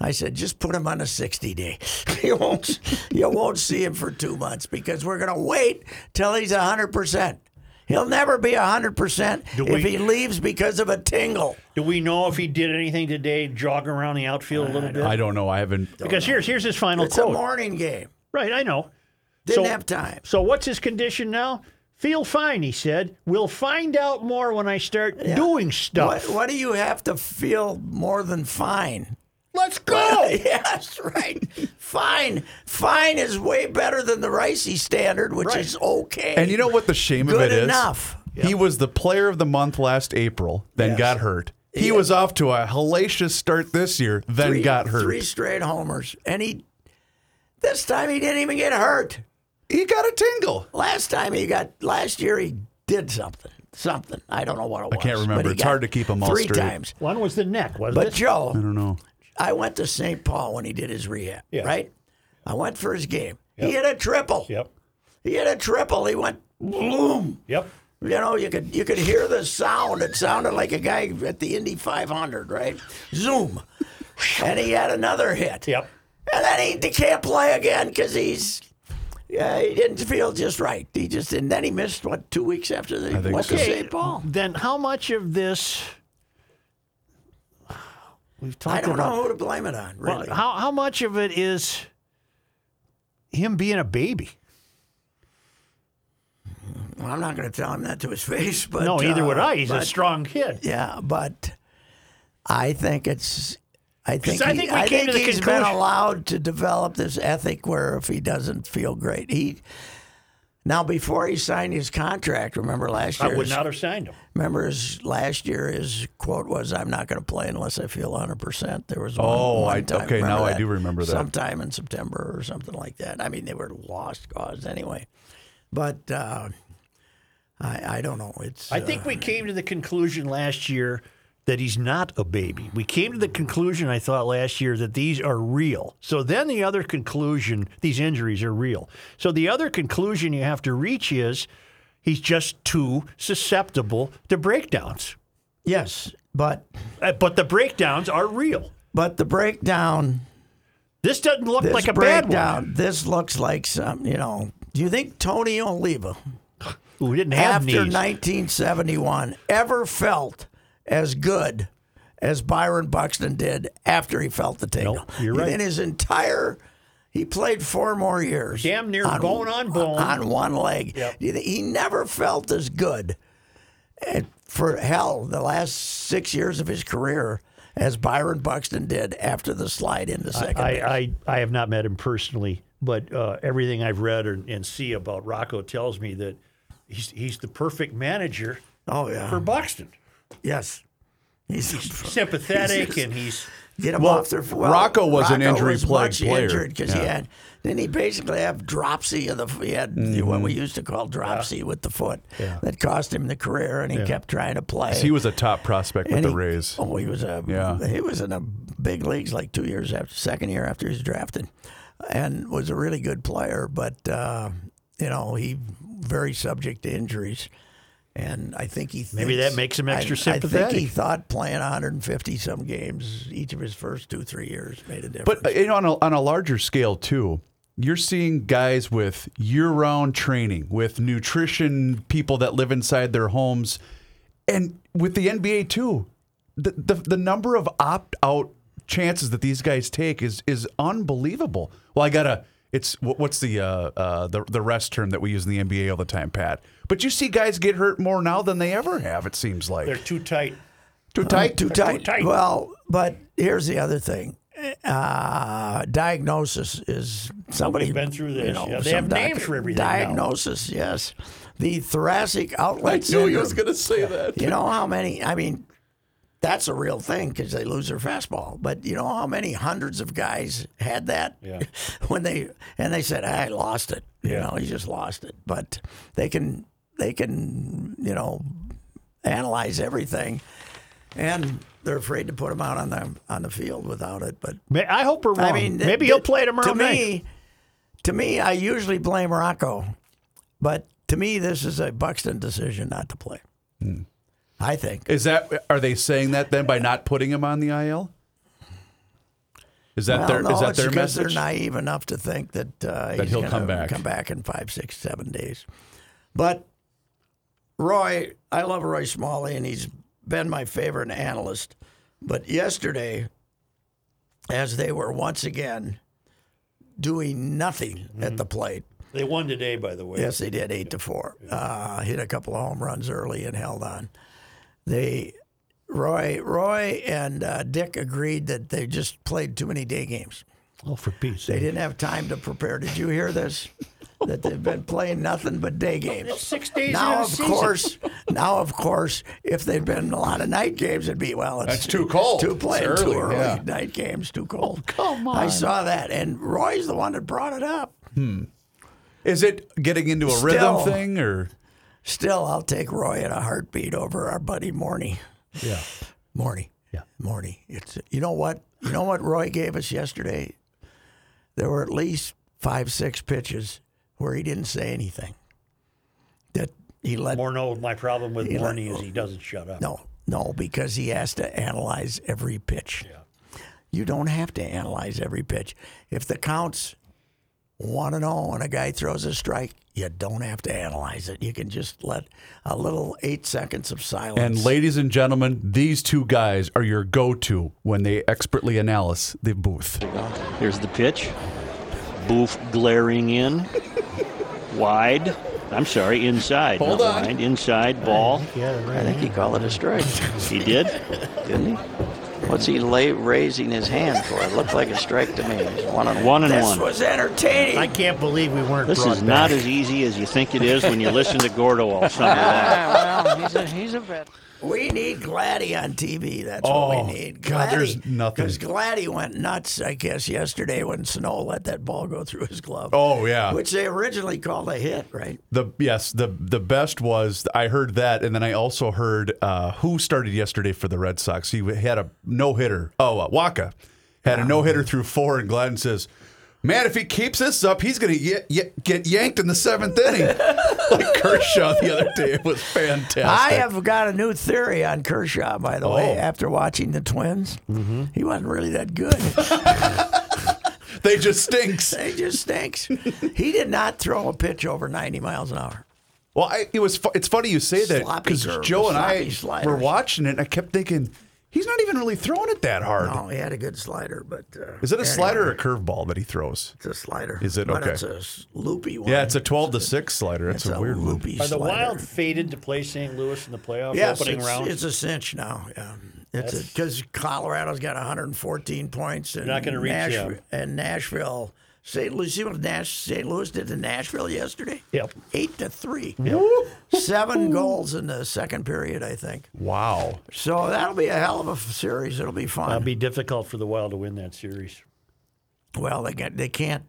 [SPEAKER 2] I said, just put him on a sixty day. you won't you won't see him for two months because we're gonna wait till he's hundred percent. He'll never be hundred percent if
[SPEAKER 3] we-
[SPEAKER 2] he leaves because of a tingle.
[SPEAKER 3] Do we know if he did anything today, jog around the outfield a little bit?
[SPEAKER 1] I don't know. I haven't.
[SPEAKER 3] because here's here's his final
[SPEAKER 2] It's a
[SPEAKER 3] quote.
[SPEAKER 2] morning game.
[SPEAKER 3] right, I know.
[SPEAKER 2] Didn't
[SPEAKER 3] So-
[SPEAKER 2] have time.
[SPEAKER 3] So what's his condition now? Feel fine, he said. We'll find out more when I start doing
[SPEAKER 2] What,
[SPEAKER 3] stuff.
[SPEAKER 2] what do you have to feel more than fine?
[SPEAKER 3] Let's go.
[SPEAKER 2] yes, right. Fine. Fine is way better than the Ricey standard, which is okay.
[SPEAKER 1] And you know what the shame of
[SPEAKER 2] Good
[SPEAKER 1] it is?
[SPEAKER 2] enough.
[SPEAKER 1] He was the player of the month last April, then got hurt. He was off to a hellacious start this year, then
[SPEAKER 2] Three-
[SPEAKER 1] got hurt.
[SPEAKER 2] Three straight homers. And he, this time he didn't even get hurt.
[SPEAKER 1] He got a tingle.
[SPEAKER 2] Last time he got, last year he did something. Something. I don't know what it was.
[SPEAKER 1] can't
[SPEAKER 2] but
[SPEAKER 1] remember.
[SPEAKER 2] he
[SPEAKER 1] It's
[SPEAKER 2] got
[SPEAKER 1] hard to keep 'em all
[SPEAKER 2] three
[SPEAKER 1] straight.
[SPEAKER 2] times.
[SPEAKER 3] One was the neck, wasn't
[SPEAKER 2] But
[SPEAKER 3] it?
[SPEAKER 2] Joe,
[SPEAKER 1] I don't know.
[SPEAKER 2] I went to St. Paul when he did his rehab,
[SPEAKER 3] Yeah.
[SPEAKER 2] right? I went for his game. He hit a triple.
[SPEAKER 3] Yep.
[SPEAKER 2] He hit a triple. He went bloom.
[SPEAKER 3] Yep.
[SPEAKER 2] You know, you could you could hear the sound. It sounded like a guy at the Indy 500, right? Zoom, and he had another hit.
[SPEAKER 3] Yep.
[SPEAKER 2] And then he, he can't play again because he's yeah he didn't feel just right. He just and then he missed what two weeks after the
[SPEAKER 1] I think
[SPEAKER 2] went
[SPEAKER 1] so.
[SPEAKER 2] to St. Paul.
[SPEAKER 3] Then how much of this we've talked
[SPEAKER 2] I don't
[SPEAKER 3] about
[SPEAKER 2] know who to blame it on.
[SPEAKER 3] Well,
[SPEAKER 2] Really,
[SPEAKER 3] how how much of it is him being a baby?
[SPEAKER 2] Well, I'm not going to tell him that to his face. But
[SPEAKER 3] No, neither would
[SPEAKER 2] uh,
[SPEAKER 3] I. He's a
[SPEAKER 2] but-
[SPEAKER 3] strong kid.
[SPEAKER 2] Yeah, but I think it's. I think,
[SPEAKER 3] 'Cause I
[SPEAKER 2] he-
[SPEAKER 3] think we came to the
[SPEAKER 2] he's
[SPEAKER 3] conclusion-
[SPEAKER 2] been allowed to develop this ethic where if he doesn't feel great, he. Now, before he signed his contract, remember last
[SPEAKER 3] I
[SPEAKER 2] year.
[SPEAKER 3] would not have signed him.
[SPEAKER 2] Remember his last year. His quote was, "I'm not going to play unless I feel 100 percent." There was one
[SPEAKER 1] Oh,
[SPEAKER 2] one
[SPEAKER 1] I-
[SPEAKER 2] time,
[SPEAKER 1] okay, now I do remember that.
[SPEAKER 2] Sometime in September or something like that. I mean, they were lost cause anyway, but uh, I I don't know. It's uh,
[SPEAKER 3] I think we came to the conclusion last year that he's not a baby. We came to the conclusion I thought last year that these are real. So then the other conclusion, these injuries are real. So the other conclusion you have to reach is he's just too susceptible to breakdowns.
[SPEAKER 2] yes, but
[SPEAKER 3] Uh, But the breakdowns are real.
[SPEAKER 2] but the breakdown.
[SPEAKER 3] This doesn't look
[SPEAKER 2] This
[SPEAKER 3] like a bad
[SPEAKER 2] breakdown, This looks like some, you know. Do you think Tony Oliva,
[SPEAKER 3] one. Ooh, we didn't have
[SPEAKER 2] after
[SPEAKER 3] knees.
[SPEAKER 2] 1971, ever felt as good as Byron Buxton did after he felt the tingle?
[SPEAKER 3] Nope, you're right.
[SPEAKER 2] In his entire, he played four more years.
[SPEAKER 3] Damn near bone on bone.
[SPEAKER 2] On one leg.
[SPEAKER 3] Yep.
[SPEAKER 2] Do you think- He never felt as good at, for hell the last six years of his career as Byron Buxton did after the slide into second base.
[SPEAKER 3] I, I, I have not met him personally, but uh, everything I've read or, and see about Rocco tells me that he's, he's the perfect manager
[SPEAKER 2] Oh yeah.
[SPEAKER 3] for Buxton.
[SPEAKER 2] Yes. He's,
[SPEAKER 3] Sympathetic, and he's
[SPEAKER 2] get him
[SPEAKER 1] Well,
[SPEAKER 2] off their
[SPEAKER 1] Rocco was an injury-plagued player.
[SPEAKER 2] because he
[SPEAKER 1] Yeah.
[SPEAKER 2] had didn't he basically have dropsy of the he had what
[SPEAKER 1] Mm-hmm.
[SPEAKER 2] we used to call dropsy with the foot that cost him the career, and he kept trying to play.
[SPEAKER 1] He was a top prospect with
[SPEAKER 2] and
[SPEAKER 1] the
[SPEAKER 2] he-
[SPEAKER 1] Rays.
[SPEAKER 2] Oh, he was a
[SPEAKER 1] Yeah.
[SPEAKER 2] he was in the big leagues like two years after second year after he was drafted, and was a really good player. But uh, you know he very subject to injuries, and I think he
[SPEAKER 3] Maybe
[SPEAKER 2] thinks-
[SPEAKER 3] that makes him
[SPEAKER 2] I-
[SPEAKER 3] extra
[SPEAKER 2] I think he
[SPEAKER 3] sympathetic.
[SPEAKER 2] thought playing 150 some games each of his first two three years made a difference.
[SPEAKER 1] But uh, you know, on a, on a larger scale too, you're seeing guys with year-round training, with nutrition people that live inside their homes, and with the NBA too. the, the the number of opt out chances that these guys take is is unbelievable. Well, I gotta. It's wh- what's the uh, uh, the the rest term that we use in the NBA all the time, Pat. But you see guys get hurt more now than they ever have. It seems like
[SPEAKER 3] They're too tight.
[SPEAKER 1] too tight,
[SPEAKER 2] Too tight.
[SPEAKER 3] tight.
[SPEAKER 2] Well, but here's the other thing. Uh, diagnosis is somebody
[SPEAKER 3] been through this.
[SPEAKER 2] You know,
[SPEAKER 3] Yeah, they
[SPEAKER 2] some
[SPEAKER 3] have names for everything now.
[SPEAKER 2] Diagnosis, yes. The thoracic outlet
[SPEAKER 4] I knew he
[SPEAKER 2] syndrome.
[SPEAKER 4] was going to say that.
[SPEAKER 2] You know how many? I mean, that's a real thing because they lose their fastball. But you know how many hundreds of guys had that when they and they said, "I lost it." You know, he just lost it. But they can they can you know analyze everything, and they're afraid to put him out on the on the field without it. But
[SPEAKER 3] May- I hope we're wrong.
[SPEAKER 2] I mean,
[SPEAKER 3] Oh, maybe
[SPEAKER 2] th-
[SPEAKER 3] he'll play tomorrow
[SPEAKER 2] to
[SPEAKER 3] night.
[SPEAKER 2] Me, to me, I usually blame Rocco, but to me, this is a Buxton decision not to play.
[SPEAKER 3] Hmm.
[SPEAKER 2] I think.
[SPEAKER 1] Is that are they saying that then by not putting him on the IL? Is that
[SPEAKER 2] Well,
[SPEAKER 1] their
[SPEAKER 2] no,
[SPEAKER 1] is that
[SPEAKER 2] it's
[SPEAKER 1] their
[SPEAKER 2] because
[SPEAKER 1] message?
[SPEAKER 2] They're naive enough to think that uh, he's
[SPEAKER 1] he'll
[SPEAKER 2] gonna
[SPEAKER 1] come back.
[SPEAKER 2] come back in five, six, seven days. But Roy, I love Roy Smalley, and he's been my favorite analyst. But yesterday, as they were once again doing nothing
[SPEAKER 1] Mm-hmm.
[SPEAKER 2] at the plate,
[SPEAKER 3] They won today, by the way.
[SPEAKER 2] Yes, they did eight to four. Uh, hit a couple of home runs early and held on. They, Roy, Roy and uh, Dick agreed that they just played too many day games.
[SPEAKER 3] Oh, for peace.
[SPEAKER 2] They didn't have time to prepare. Did you hear this? That they've been playing nothing but day games.
[SPEAKER 3] Six days
[SPEAKER 2] Now,
[SPEAKER 3] into the
[SPEAKER 2] of
[SPEAKER 3] season.
[SPEAKER 2] course, now of course, if they'd been a lot of night games, it'd be well. It's
[SPEAKER 1] That's too cold.
[SPEAKER 2] Too
[SPEAKER 1] It's
[SPEAKER 2] playing
[SPEAKER 1] early,
[SPEAKER 2] too early.
[SPEAKER 1] yeah.
[SPEAKER 2] Night games too cold. come on. I saw that, and Roy's the one that brought it up.
[SPEAKER 1] Is it getting into a
[SPEAKER 2] Still.
[SPEAKER 1] rhythm thing or
[SPEAKER 2] Still, I'll take Roy in a heartbeat over our buddy Morney.
[SPEAKER 3] Yeah.
[SPEAKER 2] Morney.
[SPEAKER 3] Yeah.
[SPEAKER 2] Morney. It's you know what you know what Roy gave us yesterday. There were at least five six pitches where he didn't say anything. That he let
[SPEAKER 3] Morneau, my problem with
[SPEAKER 2] let-
[SPEAKER 3] Morney is he doesn't shut up.
[SPEAKER 2] no no because he has to analyze every pitch. You don't have to analyze every pitch. If the counts one and oh and a guy throws a strike, you don't have to analyze it. You can just let a little eight seconds of silence.
[SPEAKER 1] and ladies and gentlemen, these two guys are your go-to when they expertly analyze the booth.
[SPEAKER 5] Here's the pitch. Boof glaring in. Wide. I'm sorry, inside.
[SPEAKER 4] Hold
[SPEAKER 5] not
[SPEAKER 4] on.
[SPEAKER 5] wide, inside ball.
[SPEAKER 3] Yeah,
[SPEAKER 2] I
[SPEAKER 3] right.
[SPEAKER 2] think he called it a strike,
[SPEAKER 5] He did.
[SPEAKER 2] didn't he? What's he lay, raising his hand for? It looked like a strike to me. It was one on
[SPEAKER 5] One and
[SPEAKER 2] This
[SPEAKER 5] one.
[SPEAKER 2] was entertaining.
[SPEAKER 3] I can't believe we weren't.
[SPEAKER 5] This
[SPEAKER 3] brought
[SPEAKER 5] is not
[SPEAKER 3] back.
[SPEAKER 5] as easy as you think it is when you listen to Gordo all summer long.
[SPEAKER 6] Ah, well, he's a, he's a vet.
[SPEAKER 2] we need Gladdy on TV. That's
[SPEAKER 1] Oh,
[SPEAKER 2] what we need.
[SPEAKER 1] God, there's nothing.
[SPEAKER 2] Because Gladdy went nuts, I guess, yesterday when Snow let that ball go through his glove.
[SPEAKER 1] Oh yeah.
[SPEAKER 2] Which they originally called a hit, right?
[SPEAKER 1] The yes, the the best was I heard that, and then I also heard uh, who started yesterday for the Red Sox. He had a no hitter. Oh, uh, Waka had a no hitter through four, and Gladden says, "Man, if he keeps this up, he's gonna y- y- get yanked in the seventh inning." like Kershaw the other day, it was fantastic.
[SPEAKER 2] I have got a new theory on Kershaw, by the way,
[SPEAKER 1] Oh.
[SPEAKER 2] after watching the Twins. Mm-hmm. He wasn't really that good.
[SPEAKER 1] they just stinks.
[SPEAKER 2] he just stinks. He did not throw a pitch over 90 miles an hour.
[SPEAKER 1] Well, I, it was. Fu- it's funny you say that
[SPEAKER 2] Sloppy
[SPEAKER 1] because
[SPEAKER 2] curve,
[SPEAKER 1] Joe and I
[SPEAKER 2] sloppy sliders.
[SPEAKER 1] were watching it. and I kept thinking he's not even really throwing it that hard.
[SPEAKER 2] No, he had a good slider, but uh,
[SPEAKER 1] Is it a
[SPEAKER 2] anyway,
[SPEAKER 1] slider or a curveball that he throws?
[SPEAKER 2] It's a slider.
[SPEAKER 1] Is it?
[SPEAKER 2] But
[SPEAKER 1] Okay.
[SPEAKER 2] it's a s- loopy one.
[SPEAKER 1] Yeah, it's a 12 to 6 slider. It's,
[SPEAKER 2] It's
[SPEAKER 1] a, weird one.
[SPEAKER 2] loopy
[SPEAKER 3] Are the
[SPEAKER 2] slider.
[SPEAKER 3] Wild fated to play St. Louis in the playoff
[SPEAKER 2] yes,
[SPEAKER 3] opening
[SPEAKER 2] it's,
[SPEAKER 3] round?
[SPEAKER 2] it's a cinch now. Yeah, it's because Colorado's got 114 points. And
[SPEAKER 3] not gonna reach
[SPEAKER 2] Nashville,
[SPEAKER 3] them.
[SPEAKER 2] And Nashville, St. Louis. See what Nash, St. Louis did to Nashville yesterday?
[SPEAKER 3] Yep.
[SPEAKER 2] Eight to three. Seven goals in the second period, I think.
[SPEAKER 1] Wow.
[SPEAKER 2] So that'll be a hell of a f- series. It'll be fun.
[SPEAKER 3] It'll be difficult for the Wild to win that series.
[SPEAKER 2] well, they got they can't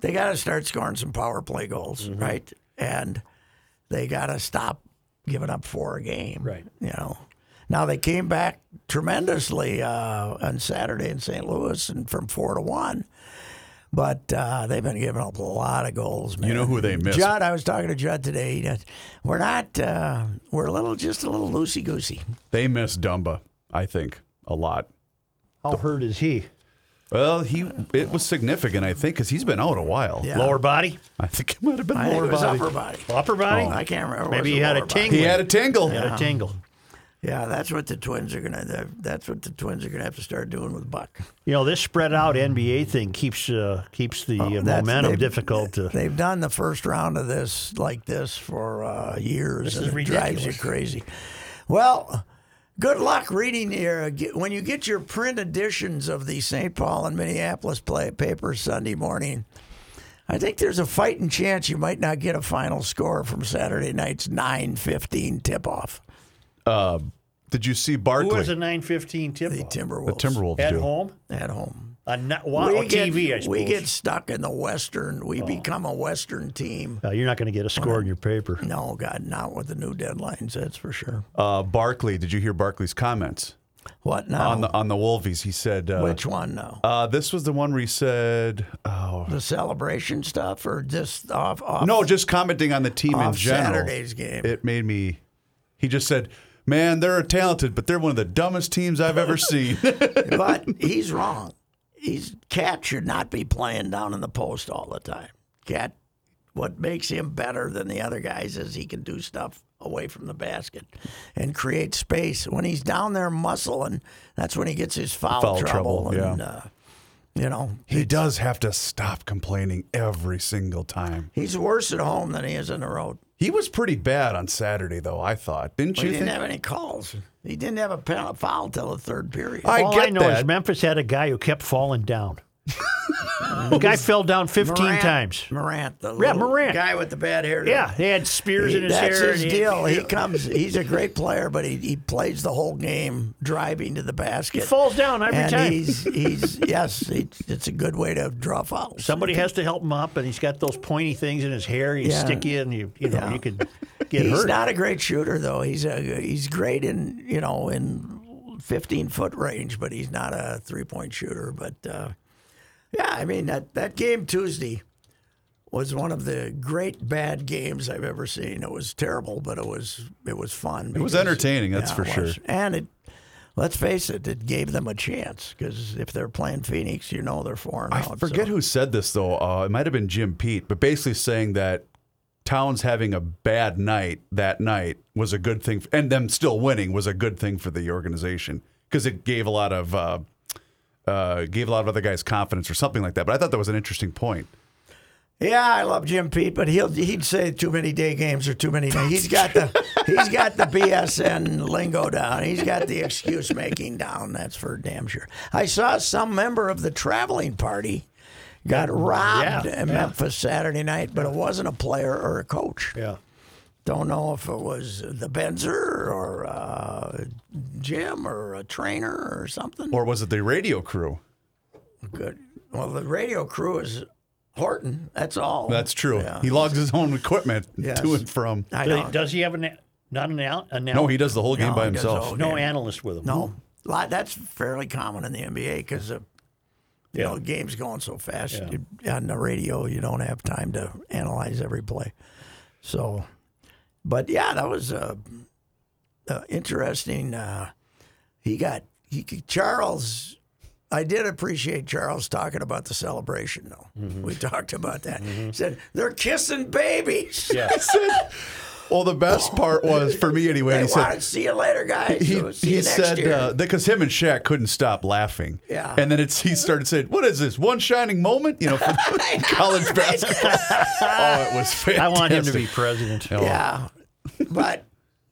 [SPEAKER 2] they got to start scoring some power play goals,
[SPEAKER 3] Mm-hmm.
[SPEAKER 2] right? And they got to stop giving up four a game,
[SPEAKER 3] Right.
[SPEAKER 2] You know. Now they came back tremendously uh, on Saturday in St. Louis, and from four to one. But uh, they've been giving up a lot of goals. Man.
[SPEAKER 1] You know who they missed?
[SPEAKER 2] Judd, I was talking to Judd today. He does- We're not. Uh, we're a little, just a little loosey goosey.
[SPEAKER 1] They miss Dumba, I think, a lot.
[SPEAKER 3] How hurt is he?
[SPEAKER 1] Well, he it was significant, I think, because he's been out a while.
[SPEAKER 2] Yeah.
[SPEAKER 3] Lower body,
[SPEAKER 1] I think it might have been
[SPEAKER 2] I think
[SPEAKER 1] lower
[SPEAKER 2] it was
[SPEAKER 1] body.
[SPEAKER 2] upper body.
[SPEAKER 3] upper body.
[SPEAKER 2] Oh, I can't remember.
[SPEAKER 3] Maybe
[SPEAKER 2] It was
[SPEAKER 3] he had
[SPEAKER 2] lower
[SPEAKER 3] a
[SPEAKER 2] body.
[SPEAKER 3] tingle.
[SPEAKER 1] He had a tingle.
[SPEAKER 3] He had a tingle.
[SPEAKER 2] Yeah, that's what the Twins are gonna. that- That's what the Twins are gonna have to start doing with Buck.
[SPEAKER 3] You know, this spread out NBA thing keeps uh, keeps the uh,
[SPEAKER 2] Oh, That's-
[SPEAKER 3] momentum
[SPEAKER 2] they've-
[SPEAKER 3] difficult to.
[SPEAKER 2] They've done the first round of this like this for uh, years. This and
[SPEAKER 3] is
[SPEAKER 2] it drives you
[SPEAKER 3] ridiculous.
[SPEAKER 2] crazy. Well, good luck reading your get- when you get your print editions of the St. Paul and Minneapolis play papers Sunday morning. I think there's a fighting chance you might not get a final score from Saturday night's 9:15 tip-off.
[SPEAKER 1] Did you see
[SPEAKER 3] Who
[SPEAKER 1] Barkley?
[SPEAKER 3] was a 915 tip
[SPEAKER 2] The
[SPEAKER 3] off?
[SPEAKER 1] the
[SPEAKER 2] Timberwolves
[SPEAKER 1] Timberwolves
[SPEAKER 3] at
[SPEAKER 1] do.
[SPEAKER 3] home?
[SPEAKER 2] at home.
[SPEAKER 3] On not,
[SPEAKER 1] Uh,
[SPEAKER 3] wow, on TV, I suppose.
[SPEAKER 2] we get stuck in the Western.
[SPEAKER 1] Oh.
[SPEAKER 2] We become a Western team.
[SPEAKER 3] Uh, you're not going to get a score in your paper.
[SPEAKER 2] No, God, not with the new deadlines. That's for sure.
[SPEAKER 1] Uh, Barkley, did you hear Barkley's comments
[SPEAKER 2] What now?
[SPEAKER 1] on the on the Wolvies? He said, uh,
[SPEAKER 2] Which one now?
[SPEAKER 1] uh, "This was the one where he said, oh,
[SPEAKER 2] the celebration stuff or just off? off
[SPEAKER 1] no, just commenting on the team in
[SPEAKER 2] off
[SPEAKER 1] general."
[SPEAKER 2] Saturday's game.
[SPEAKER 1] It made me. He just said, "Man, they're talented, but they're one of the dumbest teams I've ever seen."
[SPEAKER 2] but he's wrong. He's Cat should not be playing down in the post all the time. Cat, what makes him better than the other guys is he can do stuff away from the basket and create space. When he's down there muscling, that's when he gets his foul,
[SPEAKER 1] Foul
[SPEAKER 2] trouble.
[SPEAKER 1] trouble,
[SPEAKER 2] and,
[SPEAKER 1] yeah.
[SPEAKER 2] uh, you know,
[SPEAKER 1] he does have to stop complaining every single time.
[SPEAKER 2] he's worse at home than he is on the road.
[SPEAKER 1] He was pretty bad on Saturday, though. I thought, didn't
[SPEAKER 2] He
[SPEAKER 1] you?
[SPEAKER 2] didn't
[SPEAKER 1] think?
[SPEAKER 2] have any calls. He didn't have a pen- foul till the third period.
[SPEAKER 1] I
[SPEAKER 3] All
[SPEAKER 1] get
[SPEAKER 3] I know is
[SPEAKER 1] that.
[SPEAKER 3] Memphis had a guy who kept falling down. the guy fell down 15
[SPEAKER 2] Morant-
[SPEAKER 3] times.
[SPEAKER 2] Morant, the
[SPEAKER 3] Yeah,
[SPEAKER 2] little
[SPEAKER 3] Morant.
[SPEAKER 2] guy with the bad hair.
[SPEAKER 3] Yeah, he had spears in his
[SPEAKER 2] That's
[SPEAKER 3] hair.
[SPEAKER 2] his
[SPEAKER 3] and he-
[SPEAKER 2] deal. He comes. He's a great player, but he, he plays the whole game driving to the basket.
[SPEAKER 3] He falls down every
[SPEAKER 2] and
[SPEAKER 3] time.
[SPEAKER 2] He's he's yes. It's, it's a good way to draw fouls.
[SPEAKER 3] Somebody has to help him up, and he's got those pointy things in his hair. He's
[SPEAKER 2] Yeah.
[SPEAKER 3] sticky, and you you know
[SPEAKER 2] Yeah.
[SPEAKER 3] you could get
[SPEAKER 2] he's
[SPEAKER 3] hurt.
[SPEAKER 2] not a great shooter though. He's a he's great in you know in fifteen foot range, but he's not a three point shooter. But uh, yeah, I mean that that game Tuesday was one of the great bad games I've ever seen. It was terrible, but it was it was fun.
[SPEAKER 1] It was
[SPEAKER 2] because-
[SPEAKER 1] entertaining, that's
[SPEAKER 2] yeah,
[SPEAKER 1] for
[SPEAKER 2] it
[SPEAKER 1] sure.
[SPEAKER 2] was. And it, let's face it, it gave them a chance because if they're playing Phoenix, you know they're four and
[SPEAKER 1] I
[SPEAKER 2] out,
[SPEAKER 1] forget
[SPEAKER 2] so.
[SPEAKER 1] who said this though. Uh, it might have been Jim Pete, but basically saying that Towns having a bad night that night was a good thing, and them still winning was a good thing for the organization because it gave a lot of uh, uh, gave a lot of other guys confidence or something like that. But I thought that was an interesting point.
[SPEAKER 2] Yeah, I love Jim Pete, but he'll he'd say too many day games or too many. Day. He's got the he's got the BSN lingo down. He's got the excuse making down. That's for damn sure. I saw some member of the traveling party got robbed
[SPEAKER 3] yeah.
[SPEAKER 2] in Memphis Saturday night, but it wasn't a player or a coach.
[SPEAKER 3] yeah.
[SPEAKER 2] Don't know if it was the Benzer or uh, Jim or a trainer or something.
[SPEAKER 1] Or was it the radio crew?
[SPEAKER 2] Good. Well, the radio crew is Horton. That's all.
[SPEAKER 1] That's true.
[SPEAKER 2] Yeah.
[SPEAKER 1] He logs his own equipment
[SPEAKER 2] Yes.
[SPEAKER 1] to and from.
[SPEAKER 2] I
[SPEAKER 3] Does,
[SPEAKER 2] know.
[SPEAKER 3] he- does he have an a- not an out? An
[SPEAKER 1] No, he does the whole game
[SPEAKER 2] No,
[SPEAKER 1] by
[SPEAKER 2] Oh, he does
[SPEAKER 1] himself.
[SPEAKER 2] all-
[SPEAKER 3] no
[SPEAKER 2] game.
[SPEAKER 3] analyst with him.
[SPEAKER 2] No, lot, that's fairly common in the NBA because you know the game's going so fast You- on the radio. You don't have time to analyze every play. So, but yeah, that was uh, uh, interesting. Uh, he got he Charles. I did appreciate Charles talking about the celebration, though.
[SPEAKER 1] Mm-hmm.
[SPEAKER 2] We talked about that. He said they're kissing babies.
[SPEAKER 3] Yeah.
[SPEAKER 1] Well, the best part was for me anyway.
[SPEAKER 2] They
[SPEAKER 1] he said,
[SPEAKER 2] wanted to see you later, guys.
[SPEAKER 1] he,
[SPEAKER 2] So see
[SPEAKER 1] he
[SPEAKER 2] you next
[SPEAKER 1] said
[SPEAKER 2] year.
[SPEAKER 1] uh, because him and Shaq couldn't stop laughing.
[SPEAKER 2] Yeah.
[SPEAKER 1] And then it's he started saying, "What is this? One shining moment?" You know, for college basketball. oh, it was fantastic.
[SPEAKER 3] I want him to be president.
[SPEAKER 1] Oh,
[SPEAKER 2] Yeah, but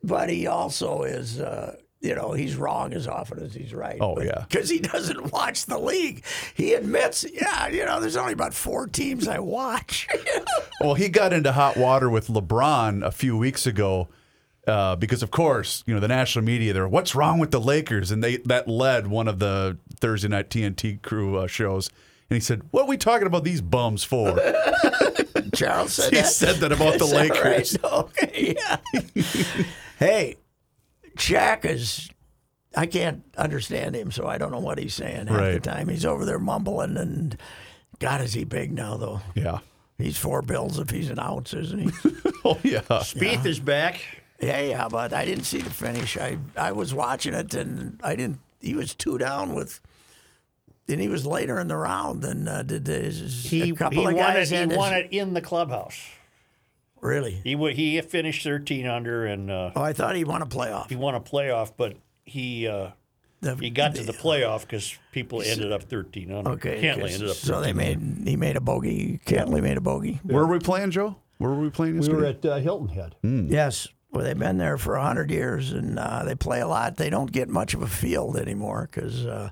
[SPEAKER 2] but he also is. Uh, you know he's wrong as often as he's right.
[SPEAKER 1] Oh, yeah.
[SPEAKER 2] because he doesn't watch the league. He admits, yeah, you know, there's only about four teams I watch.
[SPEAKER 1] Well, he got into hot water with LeBron a few weeks ago. Uh, because of course, you know the national media. They're what's wrong with the Lakers, and they that led one of the Thursday night TNT crew uh, shows. And he said, "What are we talking about these bums for?"
[SPEAKER 2] Charles said
[SPEAKER 1] he
[SPEAKER 2] that.
[SPEAKER 1] said that about the
[SPEAKER 2] Is that
[SPEAKER 1] Lakers.
[SPEAKER 2] right? Okay, yeah. hey, Shaq is. I can't understand him, so I don't know what he's saying half the
[SPEAKER 1] Right.
[SPEAKER 2] time. He's over there mumbling, and God, is he big now though?
[SPEAKER 1] Yeah.
[SPEAKER 2] He's four bills if he's an ounce, isn't he?
[SPEAKER 1] Oh yeah.
[SPEAKER 3] Spieth is back.
[SPEAKER 2] Yeah, yeah, but I didn't see the finish. I I was watching it, and I didn't. He was two down with, and he was later in the round. And uh, did the,
[SPEAKER 3] He,
[SPEAKER 2] a couple
[SPEAKER 3] he
[SPEAKER 2] of
[SPEAKER 3] won,
[SPEAKER 2] guys
[SPEAKER 3] it, he
[SPEAKER 2] had his-
[SPEAKER 3] won it in the clubhouse.
[SPEAKER 2] Really?
[SPEAKER 3] He wa- he finished 13 under and uh,
[SPEAKER 2] Oh, I thought he won a playoff.
[SPEAKER 3] he won a playoff, but he uh,
[SPEAKER 2] The-
[SPEAKER 3] he got to the playoff because people ended up 13 under.
[SPEAKER 2] Okay.
[SPEAKER 3] Cantley
[SPEAKER 2] okay.
[SPEAKER 3] ended up.
[SPEAKER 2] So they made he made a bogey. Cantley made a bogey.
[SPEAKER 1] Where were we playing, Joe? Where were we playing this
[SPEAKER 3] We were
[SPEAKER 1] week?
[SPEAKER 3] at uh, Hilton Head.
[SPEAKER 2] Yes. Well, they've been there for 100 years and uh, they play a lot. They don't get much of a field anymore because uh,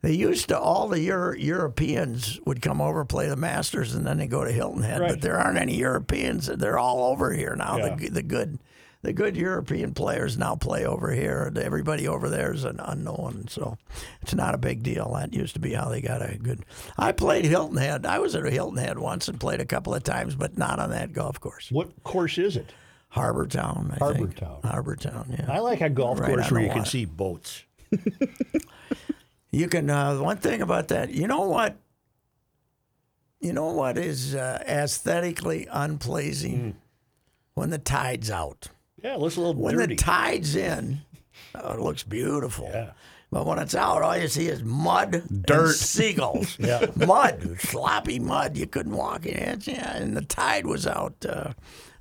[SPEAKER 2] they used to, all the Euro- Europeans would come over, play the Masters, and then they go to Hilton Head. But
[SPEAKER 3] Right.
[SPEAKER 2] there aren't any Europeans. They're all over here now. The The, the good. The good European players now play over here. Everybody over there is an unknown, so it's not a big deal. That used to be how they got a good. I played Hilton Head. I was at a Hilton Head once and played a couple of times, but not on that golf course.
[SPEAKER 3] What course is it?
[SPEAKER 2] Harbor Town, I think.
[SPEAKER 3] Harbortown.
[SPEAKER 2] Harbor Town, yeah.
[SPEAKER 3] I like a golf
[SPEAKER 2] Right
[SPEAKER 3] course
[SPEAKER 2] on
[SPEAKER 3] where
[SPEAKER 2] the
[SPEAKER 3] you can
[SPEAKER 2] water.
[SPEAKER 3] see boats.
[SPEAKER 2] You can, uh, one thing about that, you know what? You know what is uh, aesthetically unpleasing?
[SPEAKER 3] Hmm.
[SPEAKER 2] When the tide's out.
[SPEAKER 3] Yeah, it looks a little
[SPEAKER 2] When
[SPEAKER 3] dirty.
[SPEAKER 2] the tide's in, oh, it looks beautiful. But when it's out, all you see is mud,
[SPEAKER 1] Dirt.
[SPEAKER 2] and seagulls,
[SPEAKER 3] Yeah.
[SPEAKER 2] mud, sloppy mud. You couldn't walk in it. Yeah, and the tide was out uh,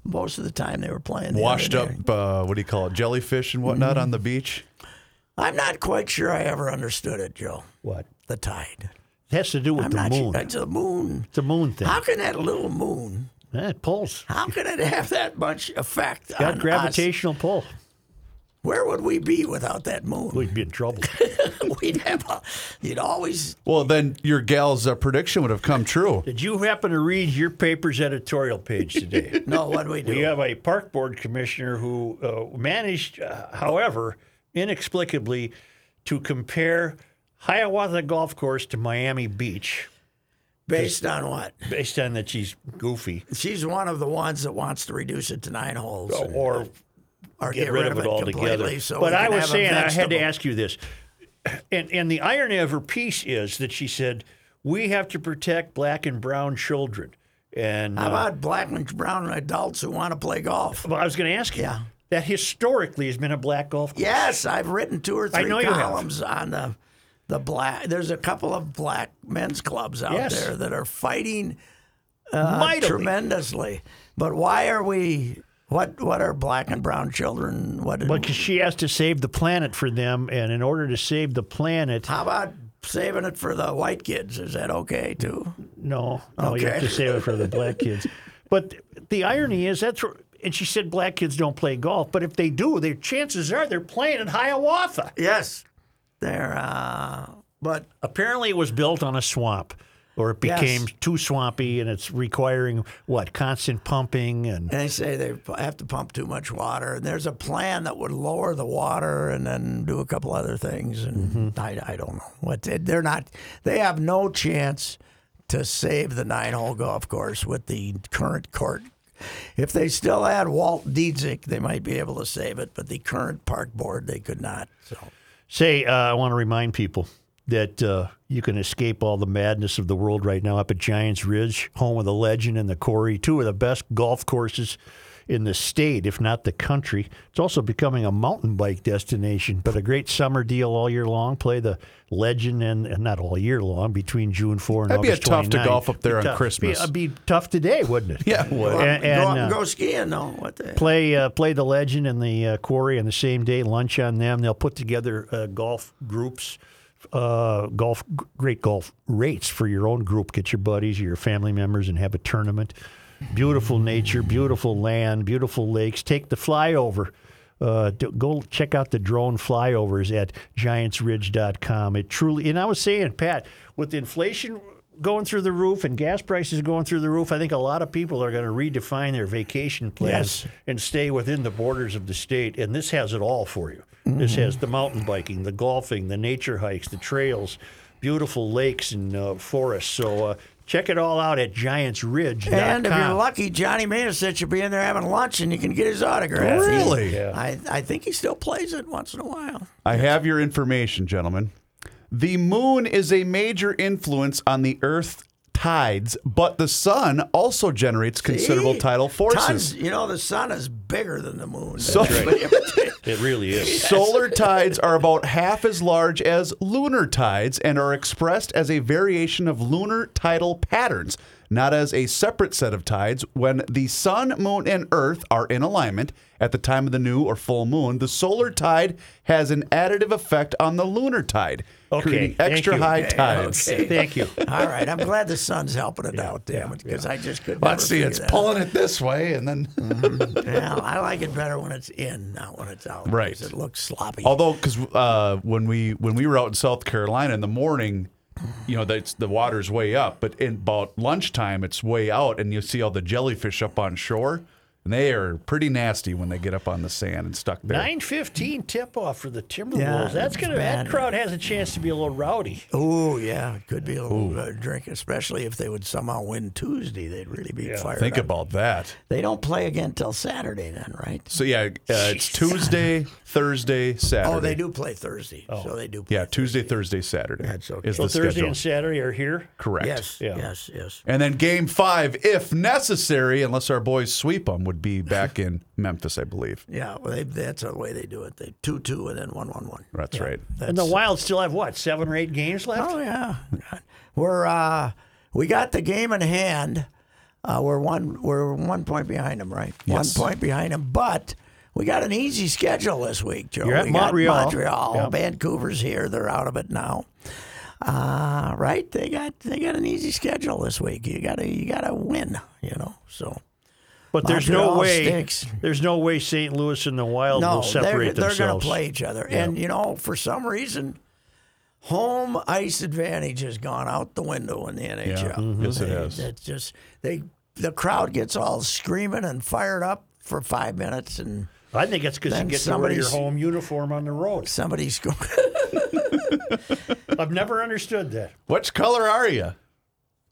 [SPEAKER 2] most of the time they were playing. the
[SPEAKER 1] Washed
[SPEAKER 2] other
[SPEAKER 1] up,
[SPEAKER 2] day.
[SPEAKER 1] uh, what do you call it, jellyfish and whatnot
[SPEAKER 3] Mm-hmm.
[SPEAKER 1] on the beach?
[SPEAKER 2] I'm not quite sure I ever understood it, Joe.
[SPEAKER 3] what?
[SPEAKER 2] The tide.
[SPEAKER 3] It has to do with
[SPEAKER 2] I'm
[SPEAKER 3] the
[SPEAKER 2] not
[SPEAKER 3] moon.
[SPEAKER 2] sure. It's a moon.
[SPEAKER 3] It's a moon thing.
[SPEAKER 2] How can that little moon?
[SPEAKER 3] Yeah, it pulls.
[SPEAKER 2] How can it have that much effect on
[SPEAKER 3] Got
[SPEAKER 2] us?
[SPEAKER 3] gravitational pull.
[SPEAKER 2] Where would we be without that moon?
[SPEAKER 3] We'd be in trouble.
[SPEAKER 2] We'd have a, you'd always.
[SPEAKER 1] Well, then your gal's uh, prediction would have come true.
[SPEAKER 3] Did you happen to read your paper's editorial page today?
[SPEAKER 2] No, what do we do?
[SPEAKER 3] We have a park board commissioner who uh, managed, uh, however, inexplicably, to compare Hiawatha Golf Course to Miami Beach
[SPEAKER 2] Based on what?
[SPEAKER 3] based on that she's goofy
[SPEAKER 2] She's one of the ones that wants to reduce it to nine holes and-
[SPEAKER 3] or
[SPEAKER 2] or
[SPEAKER 3] get rid of it altogether.
[SPEAKER 2] completely so
[SPEAKER 3] but
[SPEAKER 2] we
[SPEAKER 3] I
[SPEAKER 2] can
[SPEAKER 3] was
[SPEAKER 2] have a
[SPEAKER 3] saying, I had to
[SPEAKER 2] vegetable.
[SPEAKER 3] ask you this, and and the irony of her piece is that she said we have to protect black and brown children, and
[SPEAKER 2] How
[SPEAKER 3] uh,
[SPEAKER 2] about black and brown adults who want to play golf?
[SPEAKER 3] well, I was going to ask you
[SPEAKER 2] Yeah.
[SPEAKER 3] that historically has been a black golf course.
[SPEAKER 2] Yes, I've written two or three
[SPEAKER 3] know you have.
[SPEAKER 2] columns on the the black. There's a couple of black men's clubs out
[SPEAKER 3] Yes.
[SPEAKER 2] there that are fighting uh,
[SPEAKER 3] Mightily.
[SPEAKER 2] tremendously. But why are we? What what are black and brown children? What?
[SPEAKER 3] Because she has to save the planet for them, and in order to save the planet,
[SPEAKER 2] how about saving it for the white kids? Is that okay too?
[SPEAKER 3] no, no, you have
[SPEAKER 2] Okay.
[SPEAKER 3] to save it for the black kids. But the irony is that's. where- And she said black kids don't play golf, but if they do, their chances are they're playing in Hiawatha.
[SPEAKER 2] Yes, they're. Uh, but
[SPEAKER 3] Apparently, it was built on a swamp, or it became
[SPEAKER 2] Yes.
[SPEAKER 3] too swampy, and it's requiring what constant pumping and
[SPEAKER 2] they say they pu- have to pump too much water. And there's a plan that would lower the water and then do a couple other things. And
[SPEAKER 3] Mm-hmm.
[SPEAKER 2] I, I don't know what they, they're not. They have no chance to save the nine-hole golf course with the current court. If they still had Walt Dietzick, they might be able to save it. But the current park board, they could not. So
[SPEAKER 3] say. Uh, I want to remind people that uh, you can escape all the madness of the world right now up at Giants Ridge, home of the legend and the Corey, two of the best golf courses in the state, if not the country. It's also becoming a mountain bike destination, but a great summer deal all year long. Play the legend and, and not all year long between June four and
[SPEAKER 1] That'd be a
[SPEAKER 3] August
[SPEAKER 1] tough to
[SPEAKER 3] 29.
[SPEAKER 1] golf up there
[SPEAKER 3] Be
[SPEAKER 1] on
[SPEAKER 3] tough.
[SPEAKER 1] Christmas.
[SPEAKER 3] Be- It'd be, tough today, wouldn't it?
[SPEAKER 1] Yeah, it would.
[SPEAKER 2] Go out-
[SPEAKER 3] And- and,
[SPEAKER 2] go, out and
[SPEAKER 3] uh,
[SPEAKER 2] go skiing, though. What the
[SPEAKER 3] play uh, play the legend and the uh, quarry on the same day. Lunch on them. They'll put together uh, golf groups, uh, golf great golf rates for your own group. Get your buddies or your family members and have a tournament. Beautiful nature, beautiful land, beautiful lakes. Take the flyover. Uh, d- go check out the drone flyovers at giantsridge.com. It truly, and I was saying, Pat, with inflation going through the roof and gas prices going through the roof, I think a lot of people are going to redefine their vacation plans
[SPEAKER 2] Yes.
[SPEAKER 3] and stay within the borders of the state. And this has it all for you. This has the mountain biking, the golfing, the nature hikes, the trails, beautiful lakes and uh, forests. So uh, check it all out at giantsridge.com.
[SPEAKER 2] And if you're lucky, Johnny Manisich will be in there having lunch, and you can get his autograph.
[SPEAKER 1] Really?
[SPEAKER 2] He- I, I think he still plays it once in a while.
[SPEAKER 1] I have your information, gentlemen. The moon is a major influence on the Earth's tides, but the sun also generates considerable
[SPEAKER 2] See?
[SPEAKER 1] tidal forces.
[SPEAKER 2] Tons- you know, the sun is bigger than the moon.
[SPEAKER 1] So-
[SPEAKER 3] It really is.
[SPEAKER 1] Solar tides are about half as large as lunar tides and are expressed as a variation of lunar tidal patterns. not as a separate set of tides. When the sun, moon, and earth are in alignment at the time of the new or full moon, the solar tide has an additive effect on the lunar tide,
[SPEAKER 3] Okay,
[SPEAKER 1] creating
[SPEAKER 3] thank
[SPEAKER 1] extra
[SPEAKER 3] you.
[SPEAKER 1] high
[SPEAKER 3] Yeah,
[SPEAKER 1] tides.
[SPEAKER 3] Thank you.
[SPEAKER 2] All right, I'm glad the sun's helping it out, damn it, because I just could.
[SPEAKER 1] Let's see, it's
[SPEAKER 2] that. out.
[SPEAKER 1] pulling it this way, and then
[SPEAKER 2] Yeah, I like it better when it's in, not when it's out. 'cause
[SPEAKER 1] Right. Oh.
[SPEAKER 2] it looks sloppy.
[SPEAKER 1] although because uh, when we when we were out in South Carolina in the morning, you know that's the water's way up, but in about lunchtime it's way out, and you see all the jellyfish up on shore, and they are pretty nasty when they get up on the sand and stuck there.
[SPEAKER 3] Nine fifteen tip off for the Timberwolves.
[SPEAKER 2] Yeah,
[SPEAKER 3] That's
[SPEAKER 2] that's
[SPEAKER 3] gonna that
[SPEAKER 2] bad.
[SPEAKER 3] crowd has a chance to be a little rowdy.
[SPEAKER 2] Oh yeah, it could be a little uh, drink, especially if they would somehow win Tuesday. They'd really be fired
[SPEAKER 1] Think
[SPEAKER 2] up.
[SPEAKER 1] about that.
[SPEAKER 2] They don't play again till Saturday, then, right?
[SPEAKER 1] So yeah, uh, it's Tuesday, Thursday, Saturday.
[SPEAKER 2] Oh, they do play Thursday,
[SPEAKER 3] Oh.
[SPEAKER 2] so they do. Play
[SPEAKER 1] Yeah, Tuesday, Thursday, Saturday.
[SPEAKER 2] That's okay.
[SPEAKER 1] Is
[SPEAKER 3] So
[SPEAKER 1] the
[SPEAKER 3] Thursday
[SPEAKER 1] schedule
[SPEAKER 3] and Saturday are here.
[SPEAKER 1] correct?
[SPEAKER 2] Yes,
[SPEAKER 3] Yeah.
[SPEAKER 2] yes, yes.
[SPEAKER 1] And then game five, if necessary, unless our boys sweep them, would be back in Memphis, I believe.
[SPEAKER 2] Yeah, well, they, that's the way they do it. They two two and then one one one.
[SPEAKER 1] That's right.
[SPEAKER 3] And the Wild still have what, seven or eight games left?
[SPEAKER 2] Oh yeah, we're uh, we got the game in hand. Uh, we're one we're one point behind them, right?
[SPEAKER 1] Yes.
[SPEAKER 2] One point behind them, but we got an easy schedule this week, Joe.
[SPEAKER 3] You're at
[SPEAKER 2] we got
[SPEAKER 3] Montreal.
[SPEAKER 2] Montreal,
[SPEAKER 3] Yeah.
[SPEAKER 2] Vancouver's here. They're out of it now. Uh, right? They got they got an easy schedule this week. You gotta you gotta win, you know. So
[SPEAKER 3] But there's no
[SPEAKER 2] Montreal
[SPEAKER 3] way
[SPEAKER 2] stinks.
[SPEAKER 3] there's no way St. Louis and the Wild will
[SPEAKER 2] they're,
[SPEAKER 3] separate
[SPEAKER 2] they're going
[SPEAKER 3] themselves.
[SPEAKER 2] to play each other. And, you know, for some reason, home ice advantage has gone out the window in the NHL.
[SPEAKER 3] mm-hmm.
[SPEAKER 1] Yes, it
[SPEAKER 2] They-
[SPEAKER 1] has.
[SPEAKER 2] It's just, they, the crowd gets all screaming and fired up for five minutes and
[SPEAKER 3] I think it's because you
[SPEAKER 2] Then
[SPEAKER 3] get to wear your
[SPEAKER 2] somebody's-
[SPEAKER 3] home uniform on the road.
[SPEAKER 2] somebody scores.
[SPEAKER 3] I've never understood that.
[SPEAKER 1] Which color are you?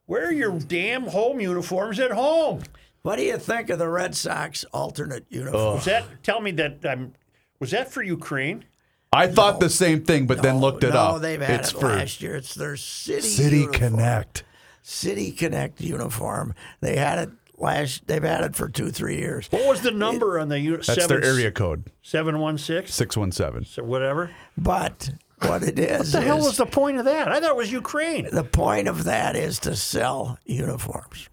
[SPEAKER 3] Wear your damn home uniforms at home.
[SPEAKER 2] what do you think of the Red Sox alternate uniform?
[SPEAKER 3] Was that tell me that I'm was that for Ukraine?
[SPEAKER 1] I thought the same thing, but then looked it
[SPEAKER 2] no,
[SPEAKER 1] up.
[SPEAKER 2] they've had
[SPEAKER 1] it's
[SPEAKER 2] it
[SPEAKER 1] for
[SPEAKER 2] last year. It's their city
[SPEAKER 1] City
[SPEAKER 2] uniform.
[SPEAKER 1] Connect.
[SPEAKER 2] City Connect uniform. They had it last. They've had it for two, three years.
[SPEAKER 3] What was the number on the unit?
[SPEAKER 1] That's their area code,
[SPEAKER 3] Seven one six
[SPEAKER 1] 617.
[SPEAKER 3] or whatever.
[SPEAKER 2] But what it is,
[SPEAKER 3] What the hell
[SPEAKER 2] is-
[SPEAKER 3] was the point of that? I thought it was Ukraine.
[SPEAKER 2] the point of that is to sell uniforms.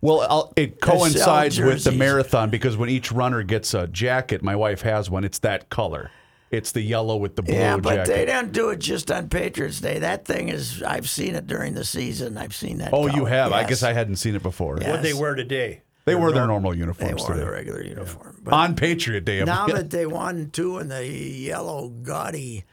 [SPEAKER 1] Well, I'll, it
[SPEAKER 2] sell
[SPEAKER 1] coincides with the
[SPEAKER 2] jerseys.
[SPEAKER 1] marathon because when each runner gets a jacket, my wife has one, it's that color. It's the yellow with the blue
[SPEAKER 2] yeah, but
[SPEAKER 1] jacket.
[SPEAKER 2] they don't do it just on Patriots Day. That thing is, I've seen it during the season. I've seen that.
[SPEAKER 1] oh, you
[SPEAKER 2] color.
[SPEAKER 1] have? I
[SPEAKER 2] Yes.
[SPEAKER 1] guess I hadn't seen it before.
[SPEAKER 2] Yeah.
[SPEAKER 3] What they wear today?
[SPEAKER 1] They wore their normal
[SPEAKER 2] They
[SPEAKER 1] uniforms
[SPEAKER 2] wore the
[SPEAKER 1] today.
[SPEAKER 2] regular uniform. But
[SPEAKER 1] On Patriot Day. I'm-
[SPEAKER 2] now that they won two in the yellow gaudy,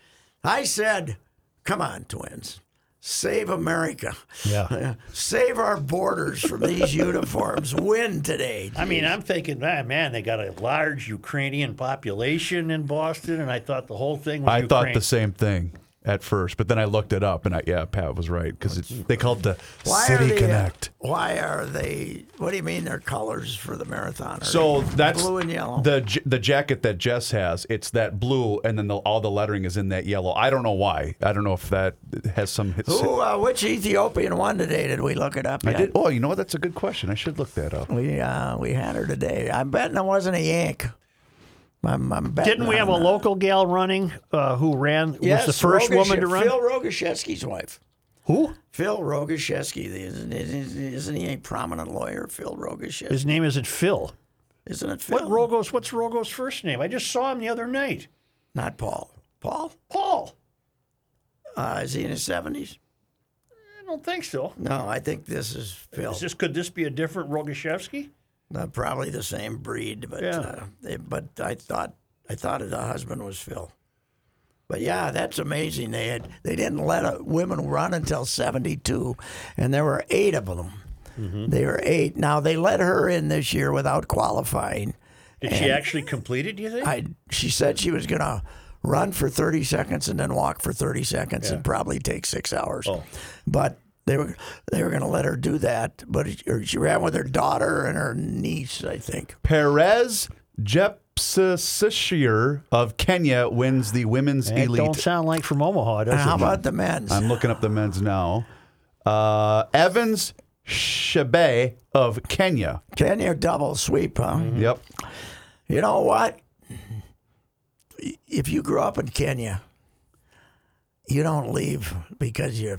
[SPEAKER 2] I said, come on, twins. Save America.
[SPEAKER 3] Yeah.
[SPEAKER 2] Save our borders from these uniforms. Win today.
[SPEAKER 3] I mean, I'm thinking, ah, man, they got a large Ukrainian population in Boston, and I thought the whole thing was
[SPEAKER 1] I thought
[SPEAKER 3] Ukraine.
[SPEAKER 1] the same thing at first, but then I looked it up and I, yeah, Pat was right because they called the
[SPEAKER 2] Why are
[SPEAKER 1] City
[SPEAKER 2] they- uh,
[SPEAKER 1] Connect.
[SPEAKER 2] Why are they? What do you mean their colors for the marathon? Are
[SPEAKER 1] So that's
[SPEAKER 2] blue and yellow.
[SPEAKER 1] The j- the jacket that Jess has, it's that blue, and then the, all the lettering is in that yellow. I don't know why. I don't know if that has some.
[SPEAKER 2] Who? Uh, which Ethiopian won today? Did we look it up?
[SPEAKER 1] I
[SPEAKER 2] yet?
[SPEAKER 1] did. Oh, you know what? That's a good question. I should look that up.
[SPEAKER 2] We uh, we had her today. I'm betting it wasn't a Yank. I'm, I'm betting.
[SPEAKER 3] Didn't we have a
[SPEAKER 2] on-
[SPEAKER 3] local gal running uh, who ran?
[SPEAKER 2] Yes,
[SPEAKER 3] was the first
[SPEAKER 2] Rogosh-
[SPEAKER 3] woman to run?
[SPEAKER 2] Phil Rogoshevsky's wife.
[SPEAKER 3] who?
[SPEAKER 2] Phil Rogoshevsky. Isn't, isn't, isn't he a prominent lawyer? Phil Rogoshevsky.
[SPEAKER 3] His name isn't Phil.
[SPEAKER 2] Isn't it Phil?
[SPEAKER 3] What Rogos? What's Rogos' first name? I just saw him the other night.
[SPEAKER 2] Not Paul. Paul?
[SPEAKER 3] Paul.
[SPEAKER 2] Uh, is he in his 70s?
[SPEAKER 3] I don't think so.
[SPEAKER 2] No, I think this is Phil.
[SPEAKER 3] Is this could this be a different Rogoshevsky?
[SPEAKER 2] Uh, probably the same breed, but
[SPEAKER 3] Yeah.
[SPEAKER 2] uh, they, but I thought I thought the husband was Phil. But yeah, that's amazing. They had they didn't let uh women run until '72, and there were eight of them. They were eight. Now they let her in this year without qualifying.
[SPEAKER 3] Did she actually complete it? Do you think?
[SPEAKER 2] I she said she was gonna run for 30 seconds and then walk for 30 seconds and probably take six hours. But they were they were gonna let her do that. But she- she ran with her daughter and her niece, I think.
[SPEAKER 1] Perez Jepsisishir of Kenya wins the women's
[SPEAKER 3] That
[SPEAKER 1] elite.
[SPEAKER 3] don't sound like from Omaha, does
[SPEAKER 2] How
[SPEAKER 3] it?
[SPEAKER 2] about the men's?
[SPEAKER 1] I'm looking up the men's now. Uh, Evans Shebe of Kenya.
[SPEAKER 2] Kenya double sweep, huh?
[SPEAKER 3] Mm-hmm.
[SPEAKER 1] Yep.
[SPEAKER 2] You know what? If you grew up in Kenya, you don't leave because you